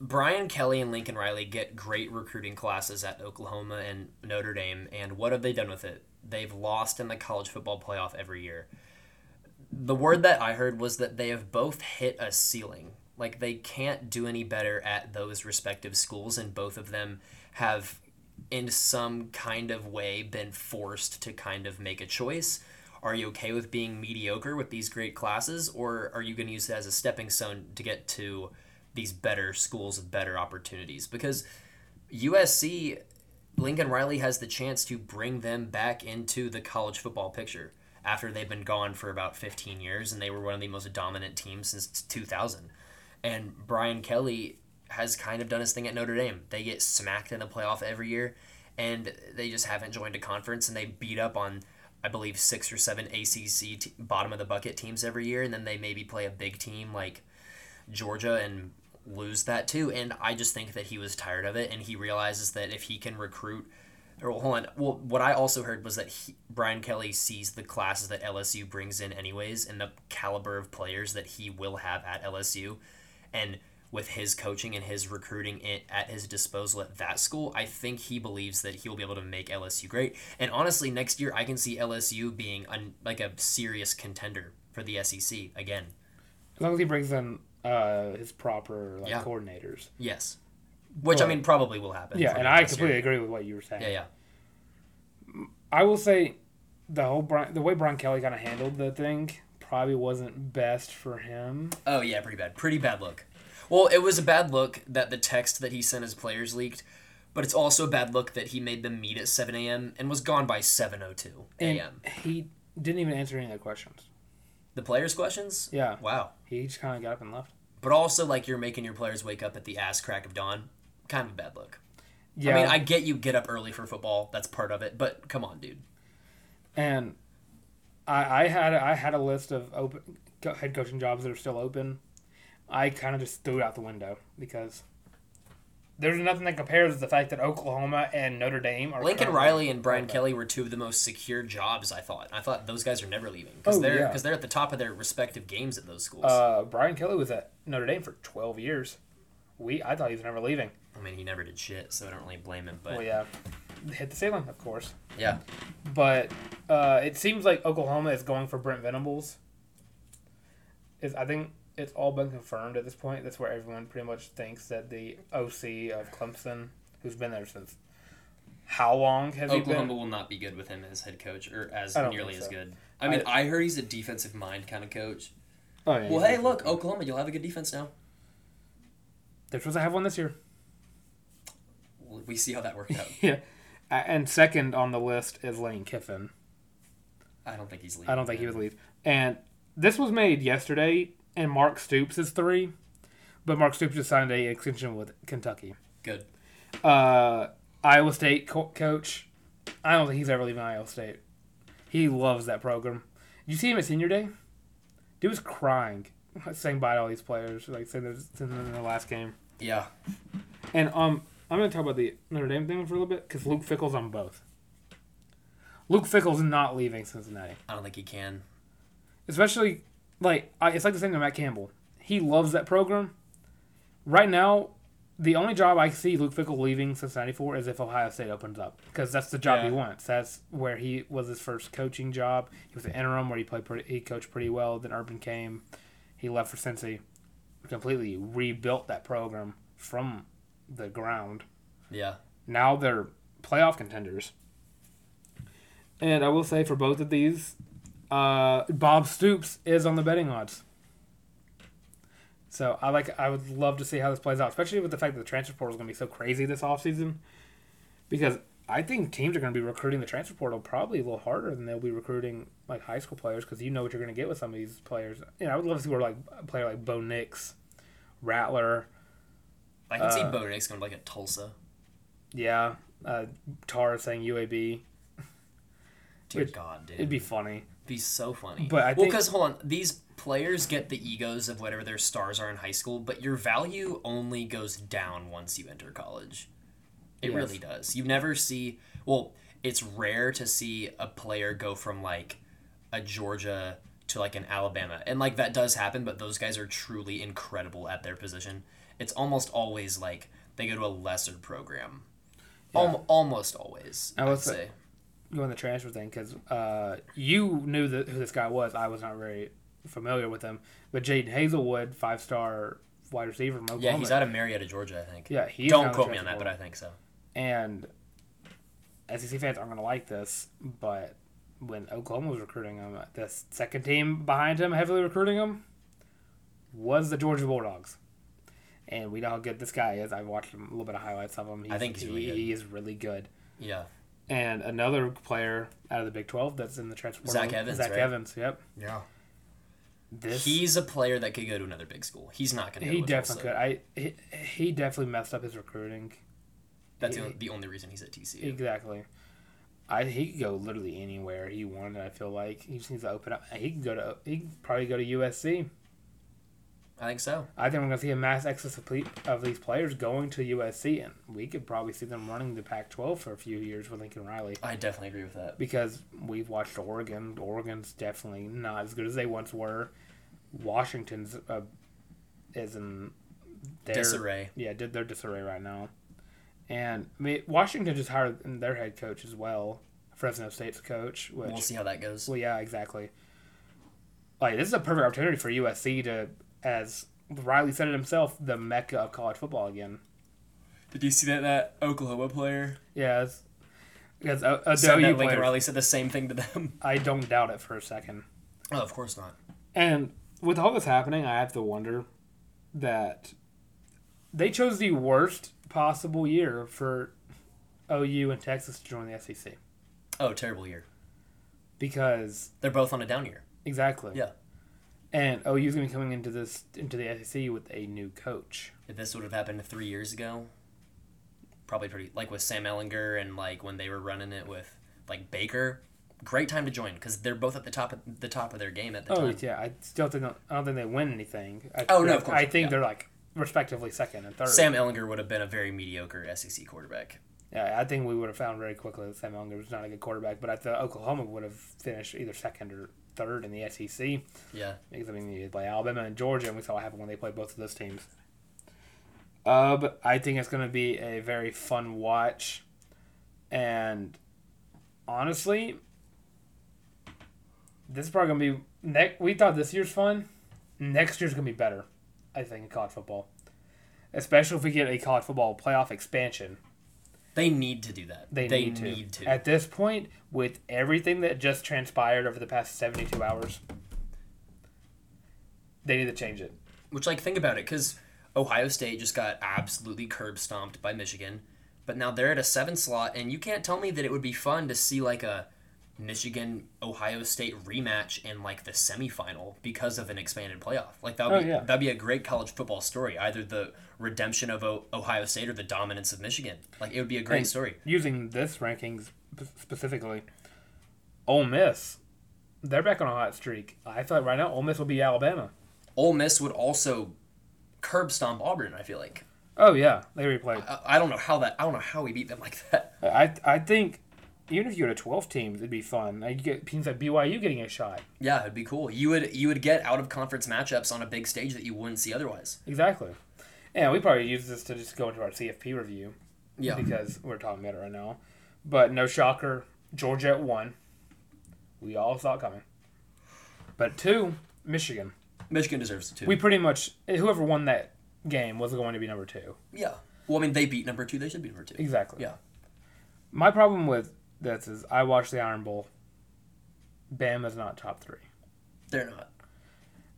Brian Kelly and Lincoln Riley get great recruiting classes at Oklahoma and Notre Dame, and what have they done with it? They've lost in the college football playoff every year. The word that I heard was that they have both hit a ceiling. Like, they can't do any better at those respective schools, and both of them have, in some kind of way, been forced to kind of make a choice. Are you okay with being mediocre with these great classes, or are you going to use it as a stepping stone to get to these better schools with better opportunities? Because USC, Lincoln Riley has the chance to bring them back into the college football picture after they've been gone for about 15 years and they were one of the most dominant teams since 2000. And Brian Kelly has kind of done his thing at Notre Dame. They get smacked in the playoff every year, and they just haven't joined a conference, and they beat up on, I believe, six or seven ACC t- bottom of the bucket teams every year, and then they maybe play a big team like Georgia and lose that too. And I just think that he was tired of it, and he realizes that if he can recruit. Or hold on. Well, what I also heard was that he, Brian Kelly sees the classes that LSU brings in, anyways, and the caliber of players that he will have at LSU, and with his coaching and his recruiting it at his disposal at that school, I think he believes that he'll be able to make LSU great. And honestly, next year I can see LSU being an, like a serious contender for the SEC again.
As long as he brings in uh, his proper like
Yeah.
coordinators.
Yes, which I
Well,
mean probably will happen.
Yeah,
for
and
them
I
this
completely
year.
agree with what you were saying.
Yeah, yeah,
I will say the whole Brian, the way Brian Kelly kind of handled the thing probably wasn't best for him.
Oh yeah, pretty bad. Pretty bad look. Well, it was a bad look that the text that he sent his players leaked, but it's also a bad look that he made them meet at seven a.m. and was gone by seven o two
And
a.m.
he didn't even answer any of their questions.
The players' questions.
Yeah,
Wow.
he just kind of got up and left.
But also, like you're making your players wake up at the ass crack of dawn. Kind of a bad look.
Yeah,
I mean, I get you get up early for football. That's part of it. But come on, dude.
and I, I had I had a list of open co- head coaching jobs that are still open. I kind of just threw it out the window because there's nothing that compares to the fact that Oklahoma and Notre Dame are
Lincoln
currently-
Riley and Brian Kelly were two of the most secure jobs. I thought. I thought those guys are never leaving because
Oh,
they're
yeah.
because they're at the top of their respective games at those schools.
Uh, Brian Kelly was at Notre Dame for 12 years. We I thought he was never leaving.
I mean, he never did shit, so I don't really blame him. But
Well, yeah, hit the ceiling, of course.
yeah.
But uh, it seems like Oklahoma is going for Brent Venables. Is I think it's all been confirmed at this point. That's where everyone pretty much thinks that the OC of Clemson, who's been there since how long has he
Oklahoma
been?
will not be good with him as head coach or as
I don't
nearly
think
as
so.
good. I mean, I, heard he's a defensive mind kind of coach.
Oh, yeah,
Well, hey, look, Oklahoma, you'll have a good defense now.
they're supposed to have one this year.
We'll- We see how that worked out.
yeah, A- and second on the list is Lane Kiffin.
I don't think he's leaving.
I don't think he would leave. And this was made yesterday, and Mark Stoops is three, but Mark Stoops just signed a extension with Kentucky.
Good.
Uh, Iowa State co- coach. I don't think he's ever leaving Iowa State. He loves that program. You see him at senior day? Dude was crying, saying bye to all these players, like saying they're saying they're in the last game.
Yeah.
And um, I'm gonna talk about the Notre Dame thing for a little bit because Luke Fickle's on both. Luke Fickle's not leaving Cincinnati.
I don't think he can.
especially like I, it's like the same with Matt Campbell. He loves that program. Right now, the only job I see Luke Fickle leaving Cincinnati for is if Ohio State opens up because that's the job he
Yeah.
wants. That's where he was his first coaching job. He was an interim where he played pretty, he coached pretty well. Then Urban came, he left for Cincy, completely rebuilt that program from the ground
Yeah.
now they're playoff contenders. And I will say for both of these, uh, Bob Stoops is on the betting odds. So I like I would love to see how this plays out, especially with the fact that the transfer portal is going to be so crazy this offseason. Because I think teams are going to be recruiting the transfer portal probably a little harder than they'll be recruiting like high school players because you know what you're going to get with some of these players. You know, I would love to see where like a player like Bo Nix, Rattler,
I can see
Uh,
Bo Nix going to like a Tulsa.
yeah, uh, Tara saying UAB.
Dear
it-
God, dude.
It'd be funny.
be so funny.
But I
well,
think-
because hold on, these players get the egos of whatever their stars are in high school, but your value only goes down once you enter college. It
Yes.
really does. You never see. Well, it's rare to see a player go from like a Georgia to like an Alabama, and like that does happen. But those guys are truly incredible at their position. It's almost always like they go to a lesser program. Alm- almost always,
I
I
would
would
say-
say.
go on the transfer thing because uh, you knew that who this guy was. I was not very familiar with him, but Jaden Hazelwood, five star wide receiver from Oklahoma.
Yeah, he's out of Marietta, Georgia, I think.
Yeah, he is
Don't
on the
quote me on that,
transfer
but I think so.
And SEC fans aren't going to like this, but when Oklahoma was recruiting him, the second team behind him, heavily recruiting him, was the Georgia Bulldogs. And we know how good this guy is. I've watched him, a little bit of highlights of him. He's,
think he's really
he,
good.
he is really good.
Yeah.
And another player out of the Big Twelve that's in the transfer portal,
Zach Evans,
Zach
right?
Evans, yep.
Yeah.
This
He's a player that could go to another big school. He's not going to.
he definitely could. I he, he definitely messed up his recruiting.
That's
he-
the, only, the only reason he's at TCU.
Exactly. I he could go literally anywhere he wanted. I feel like he just needs to open up. He could go to he could probably go to USC.
I think so.
I think we're gonna see a mass exodus of, ple- of these players going to USC, and we could probably see them running the Pac-12 for a few years with Lincoln Riley
I definitely agree with that.
because we've watched Oregon. Oregon's definitely not as good as they once were. Washington's uh, is in their,
Disarray.
Yeah, did their disarray right now, and I mean, Washington just hired their head coach as well, Fresno State's coach. Which,
We'll see how that goes.
well, yeah, exactly. Like this is a perfect opportunity for USC to, as Riley said it himself, the mecca of college football again.
Did you see that that Oklahoma player
Yeah, it's, because a, a
said
W
that Lincoln
player,
Riley said the same thing to them?
I don't doubt it for a second.
Oh, of course not.
And with all this happening, I have to wonder that they chose the worst possible year for OU and Texas to join the E SEC
Oh, terrible year.
because
They're both on a down year.
exactly.
Yeah.
And OU's going to be coming into this into the SEC with a new coach.
If this would have happened three years ago, probably pretty like with Sam Ellinger and like when they were running it with like Baker. Great time to join because they're both at the top of the top of their game at the
Oh
time.
yeah, I still think I don't think they win anything. I,
Oh, no, of course
I
not,
think
yeah.
they're like respectively second and third.
Sam Ellinger would have been a very mediocre SEC quarterback.
Yeah, I think we would have found very quickly that Sam Unger was not a good quarterback, but I thought Oklahoma would have finished either second or third in the E SEC.
Yeah,
Because I mean, you play Alabama and Georgia, and we saw what happened when they played both of those teams. Uh, but I think it's going to be a very fun watch, and honestly, this is probably going to be next. We thought this year's fun. Next year's going to be better, I think, in college football, especially if we get a college football playoff expansion.
they need to do that.
They, need, to.
to.
At this point, with everything that just transpired over the past 72 hours, they need to change it.
Which, like, think about it, because Ohio State just got absolutely curb stomped by Michigan, but now they're at a seven slot, and you can't tell me that it would be fun to see like a Michigan Ohio State rematch in like the semifinal because of an expanded playoff. Like that would
Oh,
be
yeah.
that'd be a great college football story, either the redemption of o- Ohio State or the dominance of Michigan. Like it would be a great
And
story.
Using this rankings p- specifically, Ole Miss, they're back on a hot streak. I feel like right now Ole Miss will be Alabama.
Ole Miss would also curb stomp Auburn. I feel like
Oh yeah, they replayed.
I, I don't know how that I don't know how we beat them like that.
I I think even if you had a 12 teams, it'd be fun. Like, You get teams like BYU getting a shot.
Yeah, it'd be cool. You would you would get out of conference matchups on a big stage that you wouldn't see otherwise.
Exactly. And we probably use this to just go into our CFP review.
Yeah.
because we're talking about it right now. But no shocker, Georgia at one. We all saw it coming. But two, Michigan.
Michigan deserves it too.
We pretty much whoever won that game was going to be number two.
yeah. Well, I mean, they beat number two. They should be number two.
Exactly.
Yeah.
My problem with this is I watched the Iron Bowl. Bama's not top three.
They're not.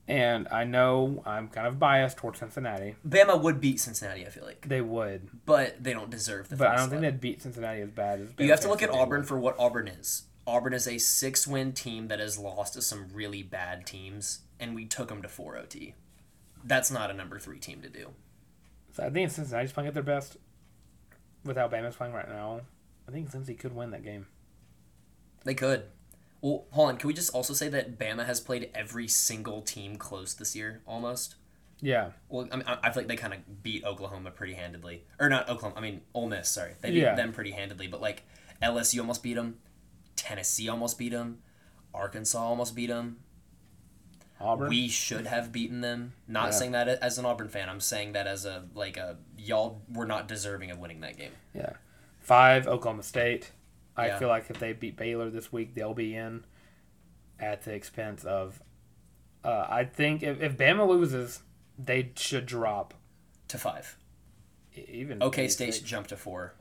And I know I'm kind of biased towards Cincinnati.
Bama would beat Cincinnati, I feel like,
They would,
but they don't deserve the.
but I
first
don't think
spot.
they'd beat Cincinnati as bad as.
you
Bama
have to look
fans
at
think they
Auburn
would.
for what Auburn is. Auburn is a six-win team that has lost to some really bad teams, and we took them to four OT. That's not a number three team to do.
So I think Cincinnati's playing at their best with how Bama's playing right now. I think Cincy could win that game.
They could. Well, hold on. Can we just also say that Bama has played every single team close this year, almost?
Yeah,
Well, I, mean, I I feel like they kind of beat Oklahoma pretty handedly, or not Oklahoma. I mean, Ole Miss. Sorry, they beat
Yeah.
them pretty handedly. But like LSU almost beat them, Tennessee almost beat them, Arkansas almost beat them.
Auburn.
We should have beaten them. Not saying that as an Auburn fan. I'm saying that as a like a y'all were not deserving of winning that game.
yeah, five Oklahoma State. I
Yeah.
feel like if they beat Baylor this week, they'll be in at the expense of. Uh, I think if, if Bama loses, they should drop
To five.
e- even.
OK
maybe
State should
six.
jump to four.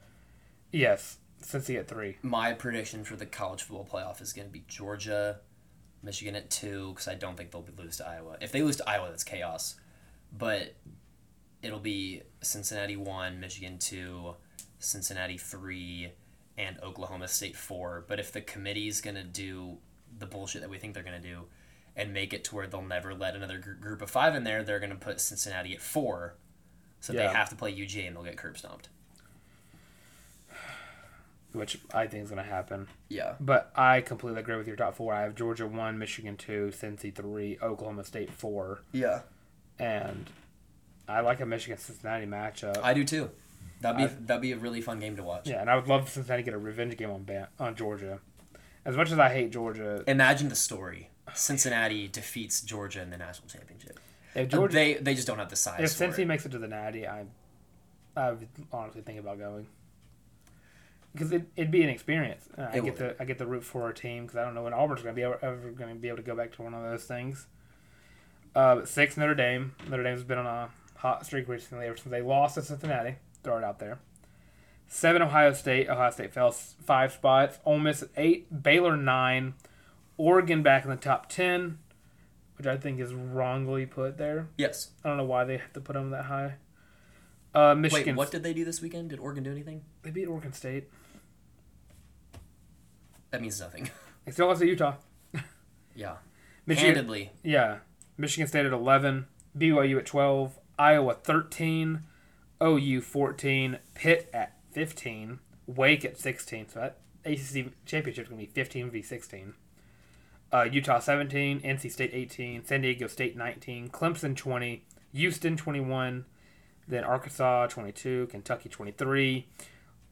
Yes, Cincy at three.
My prediction for the college football playoff is going to be Georgia, Michigan at two, because I don't think they'll lose to Iowa. If they lose to Iowa, that's chaos. But it'll be Cincinnati one, Michigan two, Cincinnati three, and Oklahoma State four. But if the committee's going to do the bullshit that we think they're going to do, and make it to where they'll never let another gr- group of five in there. They're going to put Cincinnati at four, so
Yeah.
they have to play UGA and they'll get curb stomped.
which I think is going to happen.
Yeah.
But I completely agree with your top four. I have Georgia one, Michigan two, Cincy three, Oklahoma State four,
Yeah.
and I like a Michigan Cincinnati matchup.
I do too. That'd be that'd be a really fun game to watch.
yeah, and I would love Cincinnati to get a revenge game on Ban- on Georgia. As much as I hate Georgia,
Imagine the story. Cincinnati defeats Georgia in the national championship. Uh,
if Georgia
they they just don't have the size.
if
for
Cincy
it.
makes it to the Natty, I I would honestly think about going because it, it'd be an experience. Uh, I
It
get
would.
the I get the root for our team because I don't know when Auburn's going to be ever, ever going to be able to go back to one of those things. Uh, but six Notre Dame. Notre Dame's been on a hot streak recently ever since they lost to Cincinnati. Throw it out there. Seven Ohio State. Ohio State fell s- five spots. Ole Miss at eight. Baylor nine. Oregon back in the top ten, which I think is wrongly put there.
yes.
I don't know why they have to put them that high. Uh, Michigan.
Wait, what did they do this weekend? Did Oregon do anything?
They beat Oregon State.
That means nothing.
They still lost to Utah.
Yeah.
Michigan.
Handedly.
Yeah. Michigan State at 11. BYU at 12. Iowa 13. OU 14. Pitt at 15. Wake at 16. So that ACC championship is going to be 15 v 16. Uh, Utah 17. NC State 18. San Diego State 19. Clemson 20. Houston 21. Then Arkansas 22. Kentucky 23.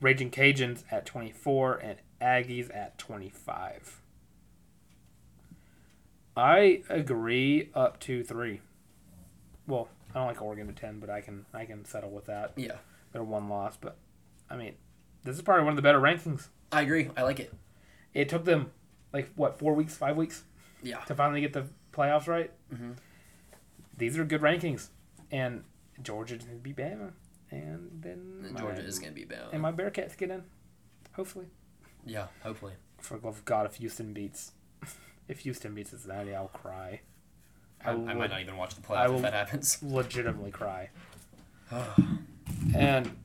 Raging Cajuns at 24. And Aggies at 25. I agree up to three. Well, I don't like Oregon at ten, but I can I can settle with that.
Yeah.
They're one loss, but I mean, this is probably one of the better rankings.
I agree. I like it.
It took them like what four weeks, five weeks
Yeah.
to finally get the playoffs right.
Mhm.
These are good rankings, and Georgia to be Bama, and then my-
Georgia is gonna be bad.
and my Bearcats get in, hopefully.
Yeah, hopefully.
For the love of God, if Houston beats, if Houston beats Cincinnati, I'll cry.
I,
I
I
would-
might not even watch the
I
playoff
will-
if that happens.
legitimately cry. and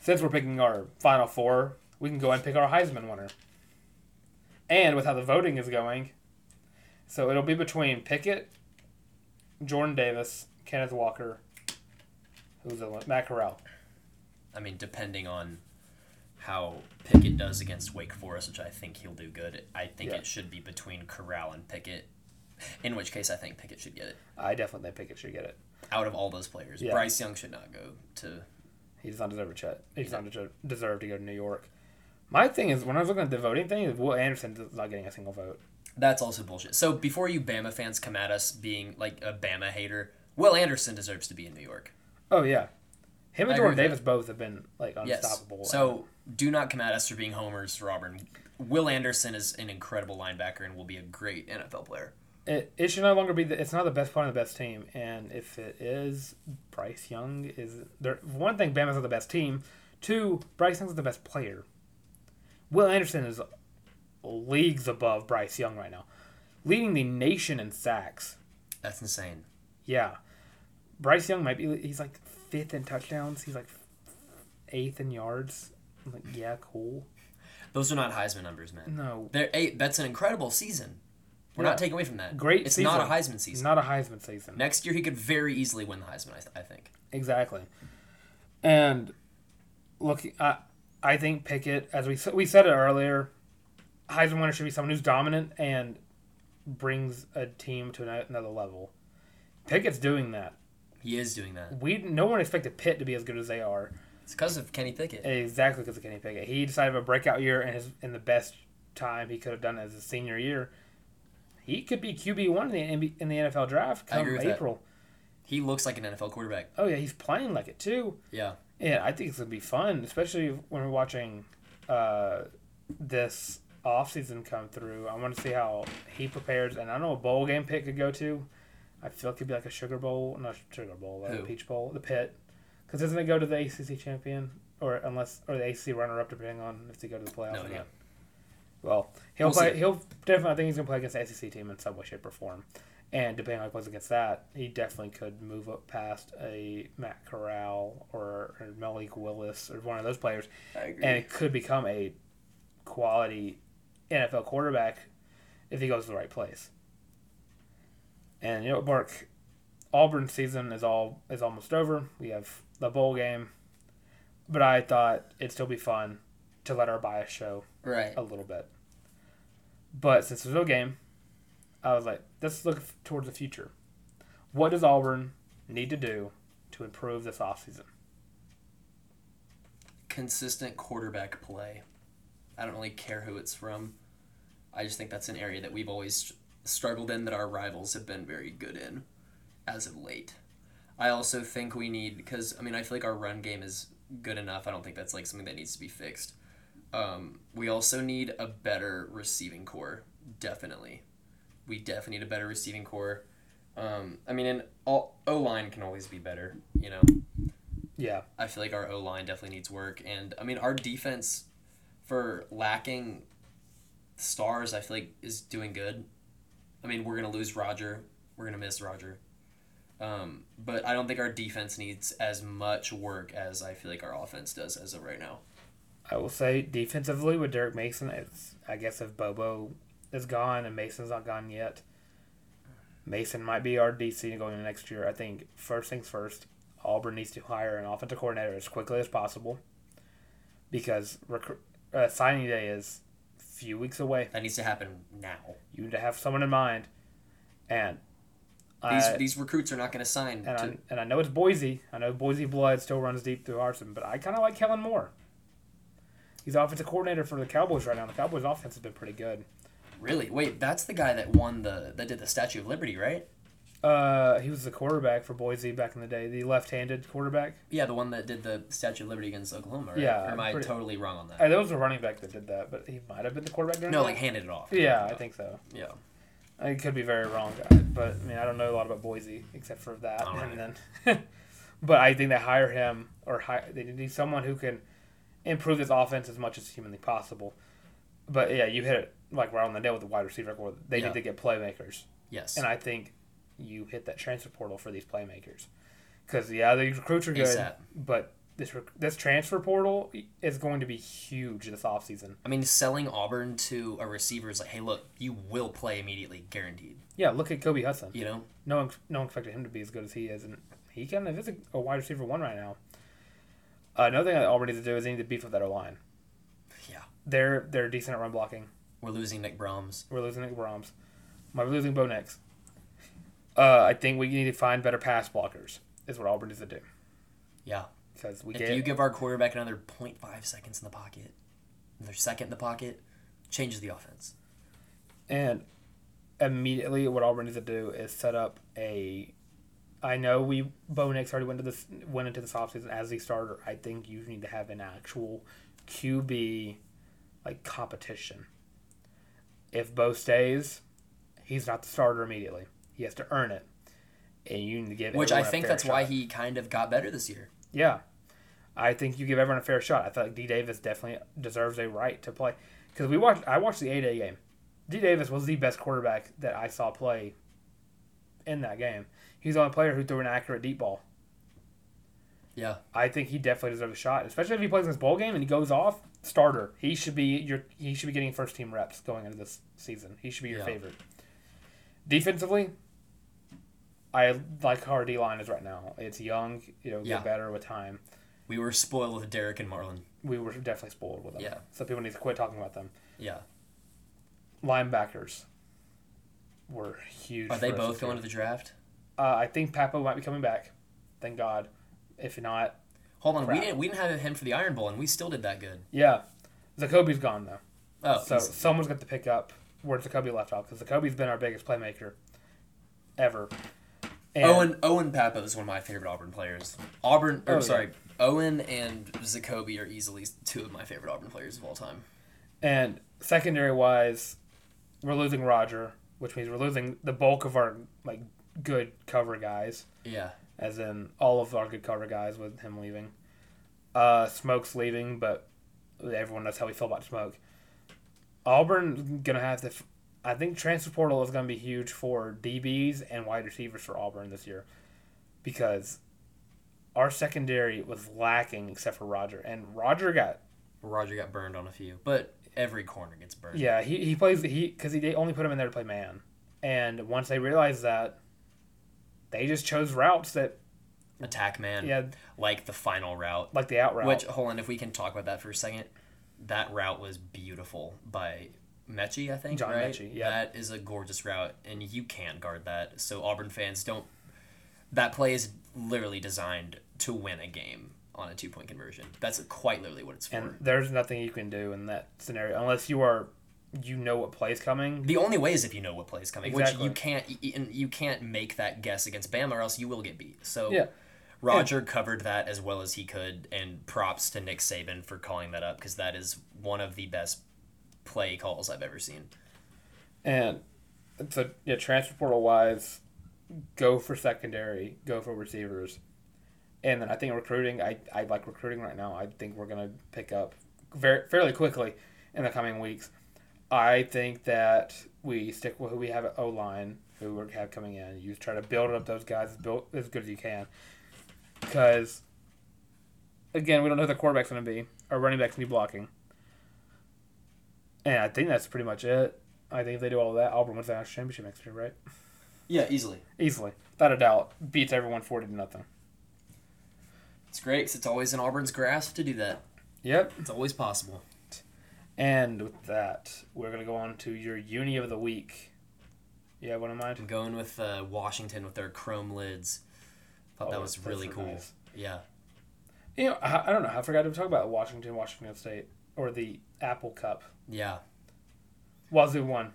since we're picking our final four, we can go and pick our Heisman winner. And with how the voting is going, so it'll be between Pickett, Jordan Davis, Kenneth Walker, who's a Matt Corral.
I mean, depending on how Pickett does against Wake Forest, which I think he'll do good. I think
Yeah.
it should be between Corral and Pickett. In which case, I think Pickett should get it.
I definitely think Pickett should get it.
Out of all those players,
Yeah.
Bryce Young should not go to.
He does not deserve a chat. He does not deserve- deserve to go to New York. My thing is, when I was looking at the voting thing, is Will Anderson is not getting a single vote.
That's also bullshit. So before you Bama fans come at us being like a Bama hater, Will Anderson deserves to be in New York.
Oh yeah, him and
I agree
Jordan
with
Davis both have been like
Yes.
unstoppable.
So do not come at us for being homers for Auburn. Will Anderson is an incredible linebacker and will be a great NFL player.
it, it should no longer be the, it's not the best player on the best team and if it is bryce young is there one thing bama's not the best team two bryce young's the best player will anderson is leagues above bryce young right now leading the nation in sacks
That's insane.
yeah bryce young might be he's like fifth in touchdowns he's like eighth in yards I'm like yeah cool
Those are not Heisman numbers, man.
no
They're eight. That's an incredible season. We're
Yeah.
not taking away from that.
Great
It's not a
season.
Heisman season.
not a heisman season
Next year, he could very easily win the Heisman. I, th- I think.
Exactly. And look, I I think Pickett, as we s- we said it earlier, Heisman winner should be someone who's dominant and brings a team to ano- another level. Pickett's doing that.
He is doing that.
We no one expected Pitt to be as good as they are.
It's because of Kenny Pickett.
Exactly because of Kenny Pickett. He decided to have a breakout year and his in the best time he could have done as his senior year. He could be QB one in the NB in the NFL draft
I
come
agree with that.
April.
He looks like an NFL quarterback.
Oh yeah, he's playing like it too.
Yeah.
Yeah, I think it's gonna be fun, especially when we're watching uh, this off season come through. I want to see how he prepares, and I know a bowl game Pitt could go to. I feel it could be like a Sugar Bowl, not Sugar Bowl, like a
Who?
Peach Bowl, the Pit, because doesn't it go to the ACC champion or unless or the ACC runner up, depending on if they go to the playoffs
No
or
idea.
not. Well, he'll
We'll
play.
see.
He'll definitely. I think he's gonna play against the SEC team in some way, shape, or form. And depending on how he plays against that, he definitely could move up past a Matt Corral or, or Malik Willis or one of those players,
I agree.
and it could become a quality NFL quarterback if he goes to the right place. And you know, Mark, Auburn season is all is almost over. We have the bowl game, but I thought it'd still be fun to let our bias show
Right.
a little bit. But since there's no game, I was like, let's look f- towards the future. What does Auburn need to do to improve this offseason?
Consistent quarterback play. I don't really care who it's from. I just think that's an area that we've always struggled in that our rivals have been very good in as of late. I also think we need because I mean I feel like our run game is good enough. I don't think that's like something that needs to be fixed. Um, we also need a better receiving core, definitely. We definitely need a better receiving core. Um, I mean, an O line can always be better, you know.
Yeah,
I feel like our O line definitely needs work, and I mean our defense for lacking stars, I feel like is doing good. I mean we're gonna lose Roger, we're gonna miss Roger, um, but I don't think our defense needs as much work as I feel like our offense does as of right now.
I will say defensively with Derek Mason, it's I guess if Bobo is gone and Mason's not gone yet, Mason might be our DC going into next year. I think first things first, Auburn needs to hire an offensive coordinator as quickly as possible because recru- uh, signing day is few weeks away.
That needs to happen now.
You need to have someone in mind, and
These
I,
these recruits are not gonna sign.
and,
To,
I, and I know it's Boise. I know Boise blood still runs deep through Harson, but I kind of like Kellen Moore. He's offensive coordinator for the Cowboys right now. The Cowboys' offense has been pretty good.
really? Wait, that's the guy that won the that did the Statue of Liberty, right?
Uh, he was the quarterback for Boise back in the day, the left-handed quarterback.
Yeah, the one that did the Statue of Liberty against Oklahoma. Right?
Yeah,
Or am
I'm
I
pretty-
totally wrong on that?
Uh, there was a running back that did that, but he might have been the quarterback. during
No,
that.
like handed it off.
yeah, I think so.
Yeah.
I could be very wrong, but I mean, I don't know a lot about Boise except for that.
I don't
And then, but I think they hire him or hire, they need someone who can improve this offense as much as humanly possible. But yeah, you hit it like right on the nail with the wide receiver core. They
Yeah.
need to get playmakers,
Yes.
and I think you hit that transfer portal for these playmakers because yeah, the recruits are good,
ASAP.
but this rec- this transfer portal is going to be huge this offseason.
I mean, selling Auburn to a receiver is like, hey, look, you will play immediately, guaranteed.
Yeah, look at Kobe Hudson.
You know,
no one, no one expected him to be as good as he is, and he kind of is a, a wide receiver one right now. another thing that Auburn needs to do is they need to beef up that O line.
Yeah.
they're they're decent at run blocking.
we're losing Nick Brahms.
We're losing Nick Broms. Might be losing Bo Nix. Uh, I think we need to find better pass blockers. Is what Auburn needs to do
Yeah.
because we
If
get
you give our quarterback another 0.5 seconds in the pocket, another second in the pocket, changes the offense.
and immediately what Auburn needs to do is set up a. I know we Bo Nix already went to this went into this offseason as the starter. I think you need to have an actual QB like competition. If Bo stays, he's not the starter immediately. He has to earn it, and you need to give
Which I
everyone a
think
fair
that's why
shot.
he kind of got better this year.
Yeah, I think you give everyone a fair shot. I feel like D Davis definitely deserves a right to play because we watched. I watched the A Day game. D Davis was the best quarterback that I saw play in that game. He's the only player who threw an accurate deep ball.
Yeah.
I think he definitely deserves a shot, especially if he plays in this bowl game and he goes off starter. He should be your he should be getting first team reps going into this season. He should be your
Yeah.
favorite. Defensively, I like how our D line is right now. It's young, you know, get
Yeah.
better with time.
We were spoiled with Derek and Marlon.
we were definitely spoiled with them.
Yeah.
So people need to quit talking about them.
Yeah.
Linebackers were huge.
Are they
for us
both
this year.
going to the draft?
Uh, I think Papo might be coming back. Thank God. If not,
Hold on,
Crap.
we didn't we didn't have him for the Iron Bowl, and we still did that good.
yeah, Zacoby's gone though.
Oh,
so
he's-
someone's got to pick up where Zacoby left off because Zacoby's been our biggest playmaker ever. And,
Owen Owen Papo is one of my favorite Auburn players. Auburn, or
Oh, yeah.
sorry, Owen and Zacoby are easily two of my favorite Auburn players of all time.
and secondary wise, we're losing Roger, which means we're losing the bulk of our like good cover guys.
Yeah,
as in all of our good cover guys with him leaving. Uh, Smoke's leaving, but everyone knows how we feel about Smoke. Auburn gonna have to. F- I think transfer portal is gonna be huge for DBs and wide receivers for Auburn this year, because our secondary was lacking except for Roger, and Roger got
Roger got burned on a few, but every corner gets burned.
yeah, he, he plays he because he they only put him in there to play man, and once they realized that, They just chose routes that
attack man.
yeah,
Like the final route.
like the out route.
Which hold on, if we can talk about that for a second, that route was beautiful by Mechie, I think.
John
right?
Mechie, yeah.
That is a gorgeous route, and you can't guard that. So Auburn fans don't. That play is literally designed to win a game on a two point conversion. That's quite literally what it's for.
and there's nothing you can do in that scenario unless you are you know what play's coming.
the only way is if you know what play is coming,
Exactly.
which you can't. y- y- and You can't make that guess against Bama, or else you will get beat. So
Yeah.
Roger covered that as well as he could, and props to Nick Saban for calling that up because that is one of the best play calls I've ever seen.
And so yeah, transfer portal wise, go for secondary, go for receivers. And then I think recruiting, I, I like recruiting right now. I think we're gonna pick up very fairly quickly in the coming weeks. I think that we stick with who we have at O line, who we have coming in. You try to build up those guys as build, as good as you can, because again, we don't know who the quarterback's gonna be. Our running back's gonna be blocking, and I think that's pretty much it. I think if they do all that, Auburn wins the national championship next year, right?
Yeah, easily.
Easily, without a doubt, beats everyone forty to nothing.
It's great 'cause it's always in Auburn's grasp to do that.
Yep.
It's always possible.
And with that, we're gonna go on to your uni of the week. You have one in mind?
I'm going with uh, Washington with their chrome lids. Thought that
Oh,
was
that's
really
so
cool.
nice.
Yeah.
You know, I, I don't know. I forgot to talk about Washington, Washington State, or the Apple Cup.
Yeah.
Wazoo won.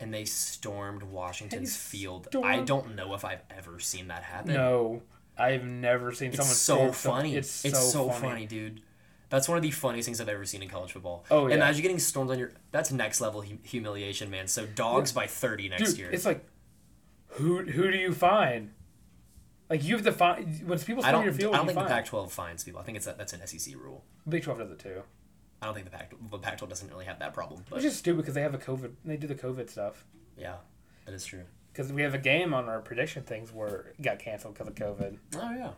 and they stormed Washington's
They
field. I
stormed-
don't know if I've ever seen that happen.
No, I've never seen
it's
someone
so
score so-
funny.
It's so, funny.
dude. That's one of the funniest things I've ever seen in college football.
Oh, yeah.
Imagine getting stormed on your. That's next level hu- humiliation, man. So dogs by thirty next
Dude,
year.
it's like, who who do you find? Like you have to find when people
I
storm
don't.
your field.
I don't
you
think the
find.
Pac-12 fines people. I think it's that. That's an SEC rule.
Big Twelve does it too.
I don't think the Pac. The Pac-12 doesn't really have that problem. But
Which is stupid because they have a COVID. They do the COVID stuff
yeah, that is true.
because we have a game on our prediction things where it got canceled because of COVID.
Oh yeah.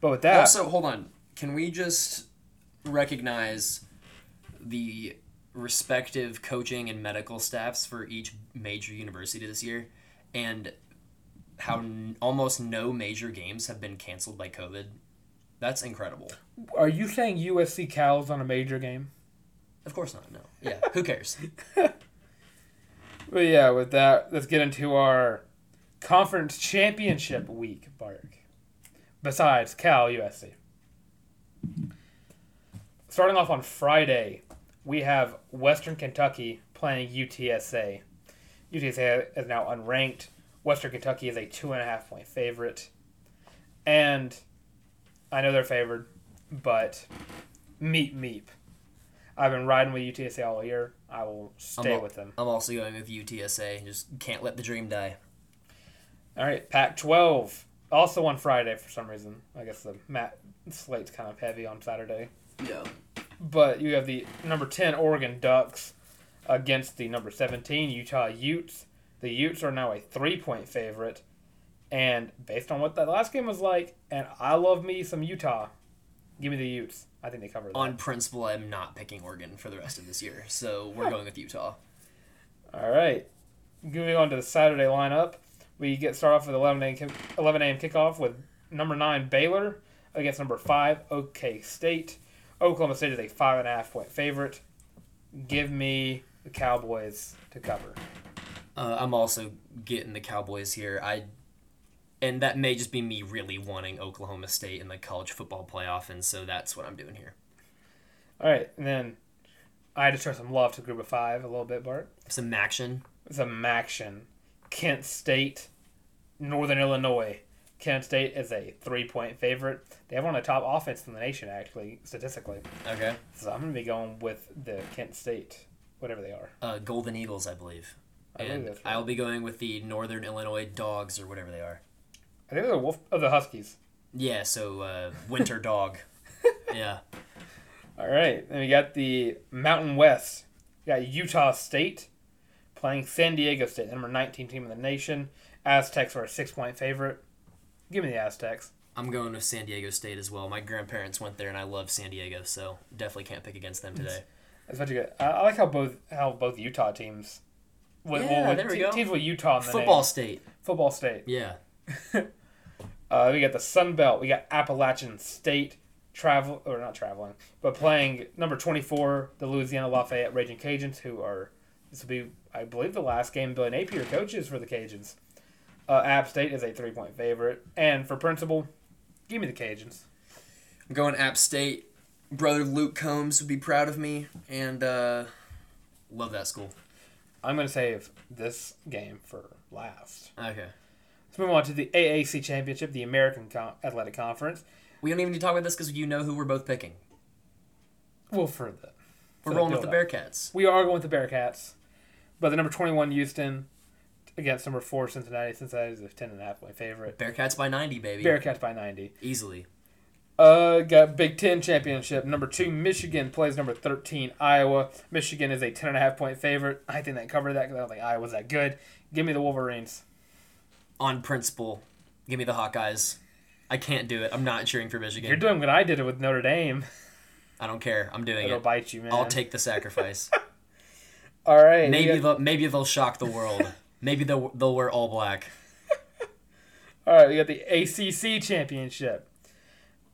But with that,
Also, hold on. Can we just recognize the respective coaching and medical staffs for each major university this year and how n- almost no major games have been canceled by COVID? That's incredible.
are you saying USC Cal's on a major game?
Of course not. No. Yeah. Who cares?
But yeah, with that, let's get into our conference championship week, Bark. Besides Cal USC. Starting off on Friday, we have Western Kentucky playing UTSA. UTSA is now unranked. Western Kentucky is a two and a half point favorite. And I know they're favored, but meep meep. I've been riding with UTSA all year. I will stay
al-
with them.
I'm also going with UTSA. Just can't let the dream die.
All right, Pac 12. Also on Friday for some reason. I guess the mat slate's kind of heavy on Saturday.
Yeah.
But you have the number 10 Oregon Ducks against the number 17 Utah Utes. The Utes are now a three point favorite. And based on what that last game was like, and I love me some Utah, give me the Utes. I think they cover that.
On principle, I'm not picking Oregon for the rest of this year. So we're going with Utah.
All right. Moving on to the Saturday lineup, we get start off with 11 a.m. kick- 11 a.m. kickoff with number nine Baylor against number five OK State. Oklahoma State is a five and a half point favorite. Give me the Cowboys to cover.
Uh, I'm also getting the Cowboys here. I, and that may just be me really wanting Oklahoma State in the college football playoff, and so that's what I'm doing here.
All right, and then I had to show some love to Group of Five a little bit, Bart.
Some action.
Some action. Kent State, Northern Illinois. Kent State is a three point favorite. They have one of the top offense in the nation, actually, statistically.
Okay.
So I'm gonna be going with the Kent State, whatever they are.
Uh, Golden Eagles, I believe.
I believe
And
that's right.
I'll be going with the Northern Illinois Dogs or whatever they are.
I think they're the Wolf of the Huskies.
Yeah. So uh, Winter Dog. Yeah.
All right, then we got the Mountain West. We got Utah State playing San Diego State, the number 19 team in the nation. Aztecs are a six point favorite. Give me the Aztecs.
I'm going with San Diego State as well. My grandparents went there, and I love San Diego, so definitely can't pick against them today.
That's what you get. I, I like how both how both Utah teams. With,
Yeah,
with
there we
te-
go.
Teams with Utah in the
Football
name.
State.
Football State.
Yeah.
Uh, we got the Sun Belt. We got Appalachian State travel or not traveling, but playing number twenty four, the Louisiana Lafayette Raging Cajuns, who are this will be I believe the last game Billy Napier coaches for the Cajuns. Uh, App State is a three point favorite, and for principal, give me the Cajuns.
I'm going App State. Brother Luke Combs would be proud of me, and uh, love that school.
I'm gonna save this game for last.
Okay,
Let's move on to the AAC Championship, the American Con- Athletic Conference.
we don't even need to talk about this because you know who we're both picking.
Well, for the
We're
So
rolling
they
with the
build
Bearcats.
We are going with the Bearcats, but the number 21 Houston against number 4 Cincinnati. Cincinnati is a 10.5 point favorite.
Bearcats by 90, baby.
Bearcats by 90.
Easily.
Uh, got Big Ten Championship. Number 2 Michigan plays number 13 Iowa. Michigan is a 10.5 point favorite. I think they covered that because I don't think Iowa's that good. Give me the Wolverines.
On principle, give me the Hawkeyes. I can't do it. I'm not cheering for
You're
Michigan.
doing what I did with Notre Dame.
I don't care. I'm doing
It'll
it.
bite you, man.
I'll take the sacrifice.
All right. we
maybe
got-
they'll maybe they'll shock the world. maybe they'll they'll wear all black.
All right, we got the ACC championship,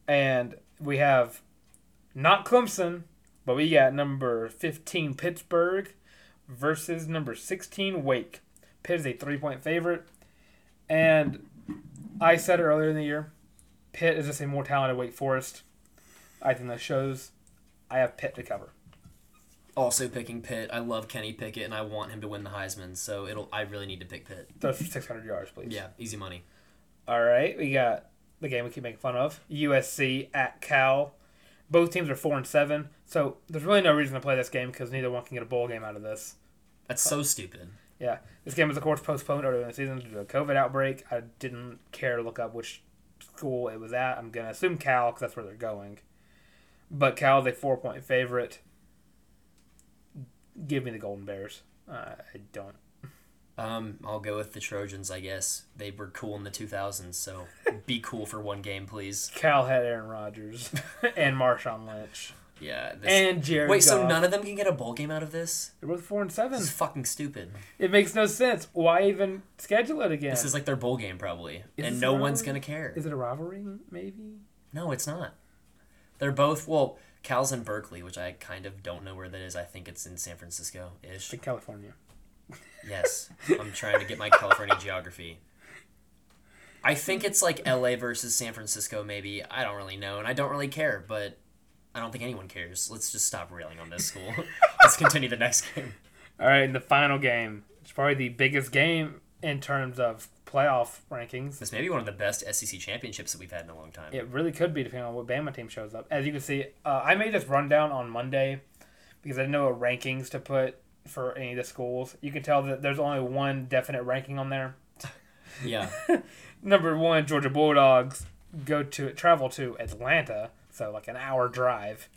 and we have not Clemson, but we got number fifteen Pittsburgh versus number sixteen Wake. Pitt is a three-point favorite, and I said it earlier in the year, Pitt is just a more talented Wake Forest. I think that shows. I have Pitt to cover.
Also picking Pitt. I love Kenny Pickett and I want him to win the Heisman, so it'll I really need to pick Pitt.
Throw for six hundred yards, please.
Yeah, easy money.
All right, we got the game we keep making fun of: USC at Cal. Both teams are four and seven, so there's really no reason to play this game because neither one can get a bowl game out of this.
That's so stupid.
Yeah, this game was of course postponed earlier in the season due to a COVID outbreak. I didn't care to look up which school it was at. I'm gonna assume Cal because that's where they're going. But Cal is a four point favorite. Give me the Golden Bears. Uh, I don't.
Um, I'll go with the Trojans, I guess. They were cool in the 2000s, so be cool for one game, please.
Cal had Aaron Rodgers and Marshawn Lynch
Yeah. This...
and Jared.
Wait, so
Goff.
none of them can get a bowl game out of this?
They're both four and seven.
This is fucking stupid.
It makes no sense. Why even schedule it again?
This is like their bowl game, probably.
Is
and
this
no
a
one's going
rivalry?
to care.
is it a rivalry, maybe?
No, it's not. They're both, well, Cal's in Berkeley, which I kind of don't know where that is. I think it's in San Francisco ish.
In California.
Yes. I'm trying to get my California geography. I think it's like LA versus San Francisco, maybe. I don't really know, and I don't really care, but I don't think anyone cares. Let's just stop railing on this school. Let's continue the next game.
All right, and the final game. It's probably the biggest game in terms of playoff rankings.
This may be one of the best SEC championships that we've had in a long time.
It really could be depending on what Bama team shows up. As you can see, uh, I made this rundown on Monday because I didn't know what rankings to put for any of the schools. You can tell that there's only one definite ranking on there.
Yeah.
Number one, Georgia Bulldogs go to travel to Atlanta, so like an hour drive.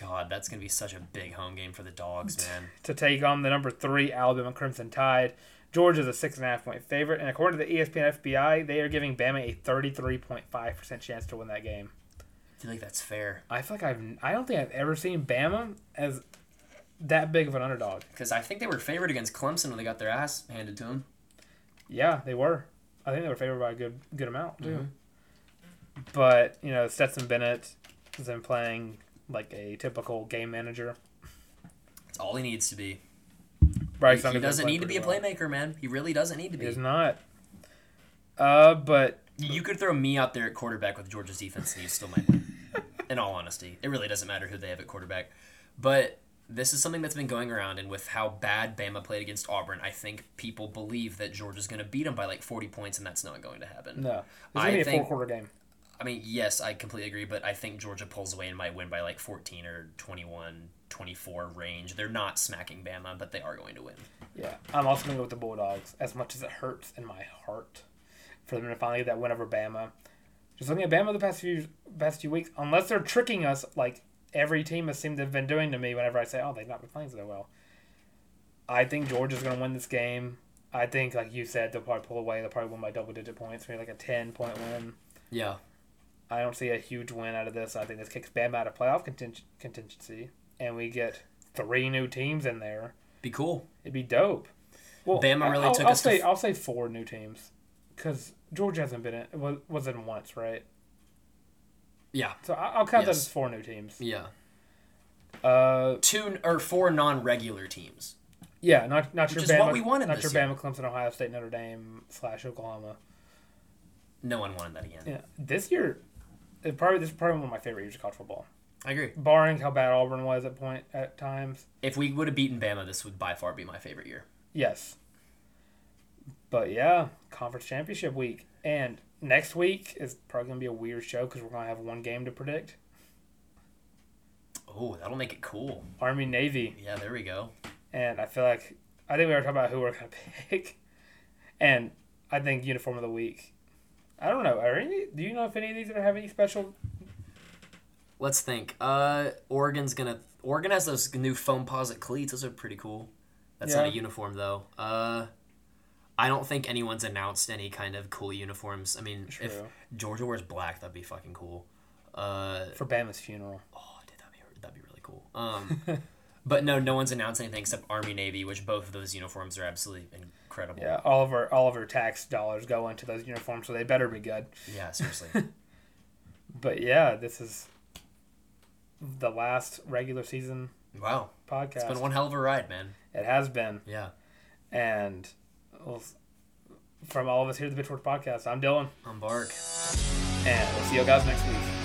God, that's going to be such a big home game for the dogs, man.
to take on the number three Alabama Crimson Tide. Georgia's a six and a half point favorite, and according to the E ESPN FBI, they are giving Bama a thirty three point five percent chance to win that game.
I feel like that's fair.
I feel like I've I don't think I've ever seen Bama as that big of an underdog.
Because I think they were favored against Clemson when they got their ass handed to them.
Yeah, they were. I think they were favored by a good good amount too. But you know, Stetson Bennett has been playing like a typical game manager.
That's all he needs to be.
Bryce
He,
Young has
he
been
doesn't
playing
need to be a
pretty well.
playmaker, man. He really doesn't need
He
to be.
does not. Uh, but
You could throw me out there at quarterback with Georgia's defense, and you still might win. In all honesty, it really doesn't matter who they have at quarterback. But this is something that's been going around, and with how bad Bama played against Auburn, I think people believe that Georgia's going to beat them by like 40 points, and that's not going to happen.
no, it's
I
gonna be a
think-
four quarter game.
I mean, yes, I completely agree, but I think Georgia pulls away and might win by like 14 or 21, 24 range. They're not smacking Bama, but they are going to win.
Yeah, I'm also gonna go with the Bulldogs. As much as it hurts in my heart for them to finally get that win over Bama, just looking at Bama the past few past few weeks, unless they're tricking us like every team has seemed to have been doing to me whenever I say, "Oh, they've not been playing so well," I think Georgia's gonna win this game. I think, like you said, they'll probably pull away. They'll probably win by double digit points, maybe like a ten point win.
Yeah.
I don't see a huge win out of this. I think this kicks Bama out of playoff conting- contingency, and we get three new teams in there.
Be cool.
It'd be dope. Well,
Bama
I-
really
I'll,
took
I'll
us to
say
f-
I'll say four new teams because Georgia hasn't been in was was in once, right?
Yeah.
So I- I'll count that
Yes.
as four new teams.
Yeah.
Uh,
Two or four non-regular teams.
yeah, not not your
Which is
Bama,
what we wanted
not
this
your
year.
Bama, Clemson, Ohio State, Notre Dame slash Oklahoma.
No one wanted that again.
Yeah, this year, it probably this is probably one of my favorite years of college football,
I agree.
barring how bad Auburn was at point at times.
If we would have beaten Bama, this would by far be my favorite year.
Yes. But yeah, conference championship week, and next week is probably gonna be a weird show because we're gonna have one game to predict:
Oh, that'll make it cool.
Army Navy.
Yeah, there we go.
and I feel like I think we were talking about who we're gonna pick, and I think uniform of the week. I don't know. Are any? Do you know if any of these are gonna have any special?
Let's think. Uh, Oregon's gonna. Oregon has those new foam posit cleats. Those are pretty cool. That's not a
Yeah.
uniform though. Uh, I don't think anyone's announced any kind of cool uniforms. I mean, if
True.
Georgia wears black, that'd be fucking cool. Uh,
for Bama's funeral?
oh, dude, that'd be that'd be really cool. Um, but no, no one's announced anything except Army Navy, which both of those uniforms are absolutely incredible.
Yeah, all of our all of our tax dollars go into those uniforms, so they better be good.
Yeah, seriously.
But yeah, this is the last regular season
wow, it's
podcast.
been one hell of a ride, man.
It has been,
Yeah,
and we'll, from all of us here at the Bitchwork Podcast, I'm Dylan,
on bark.
and we'll see you guys next week.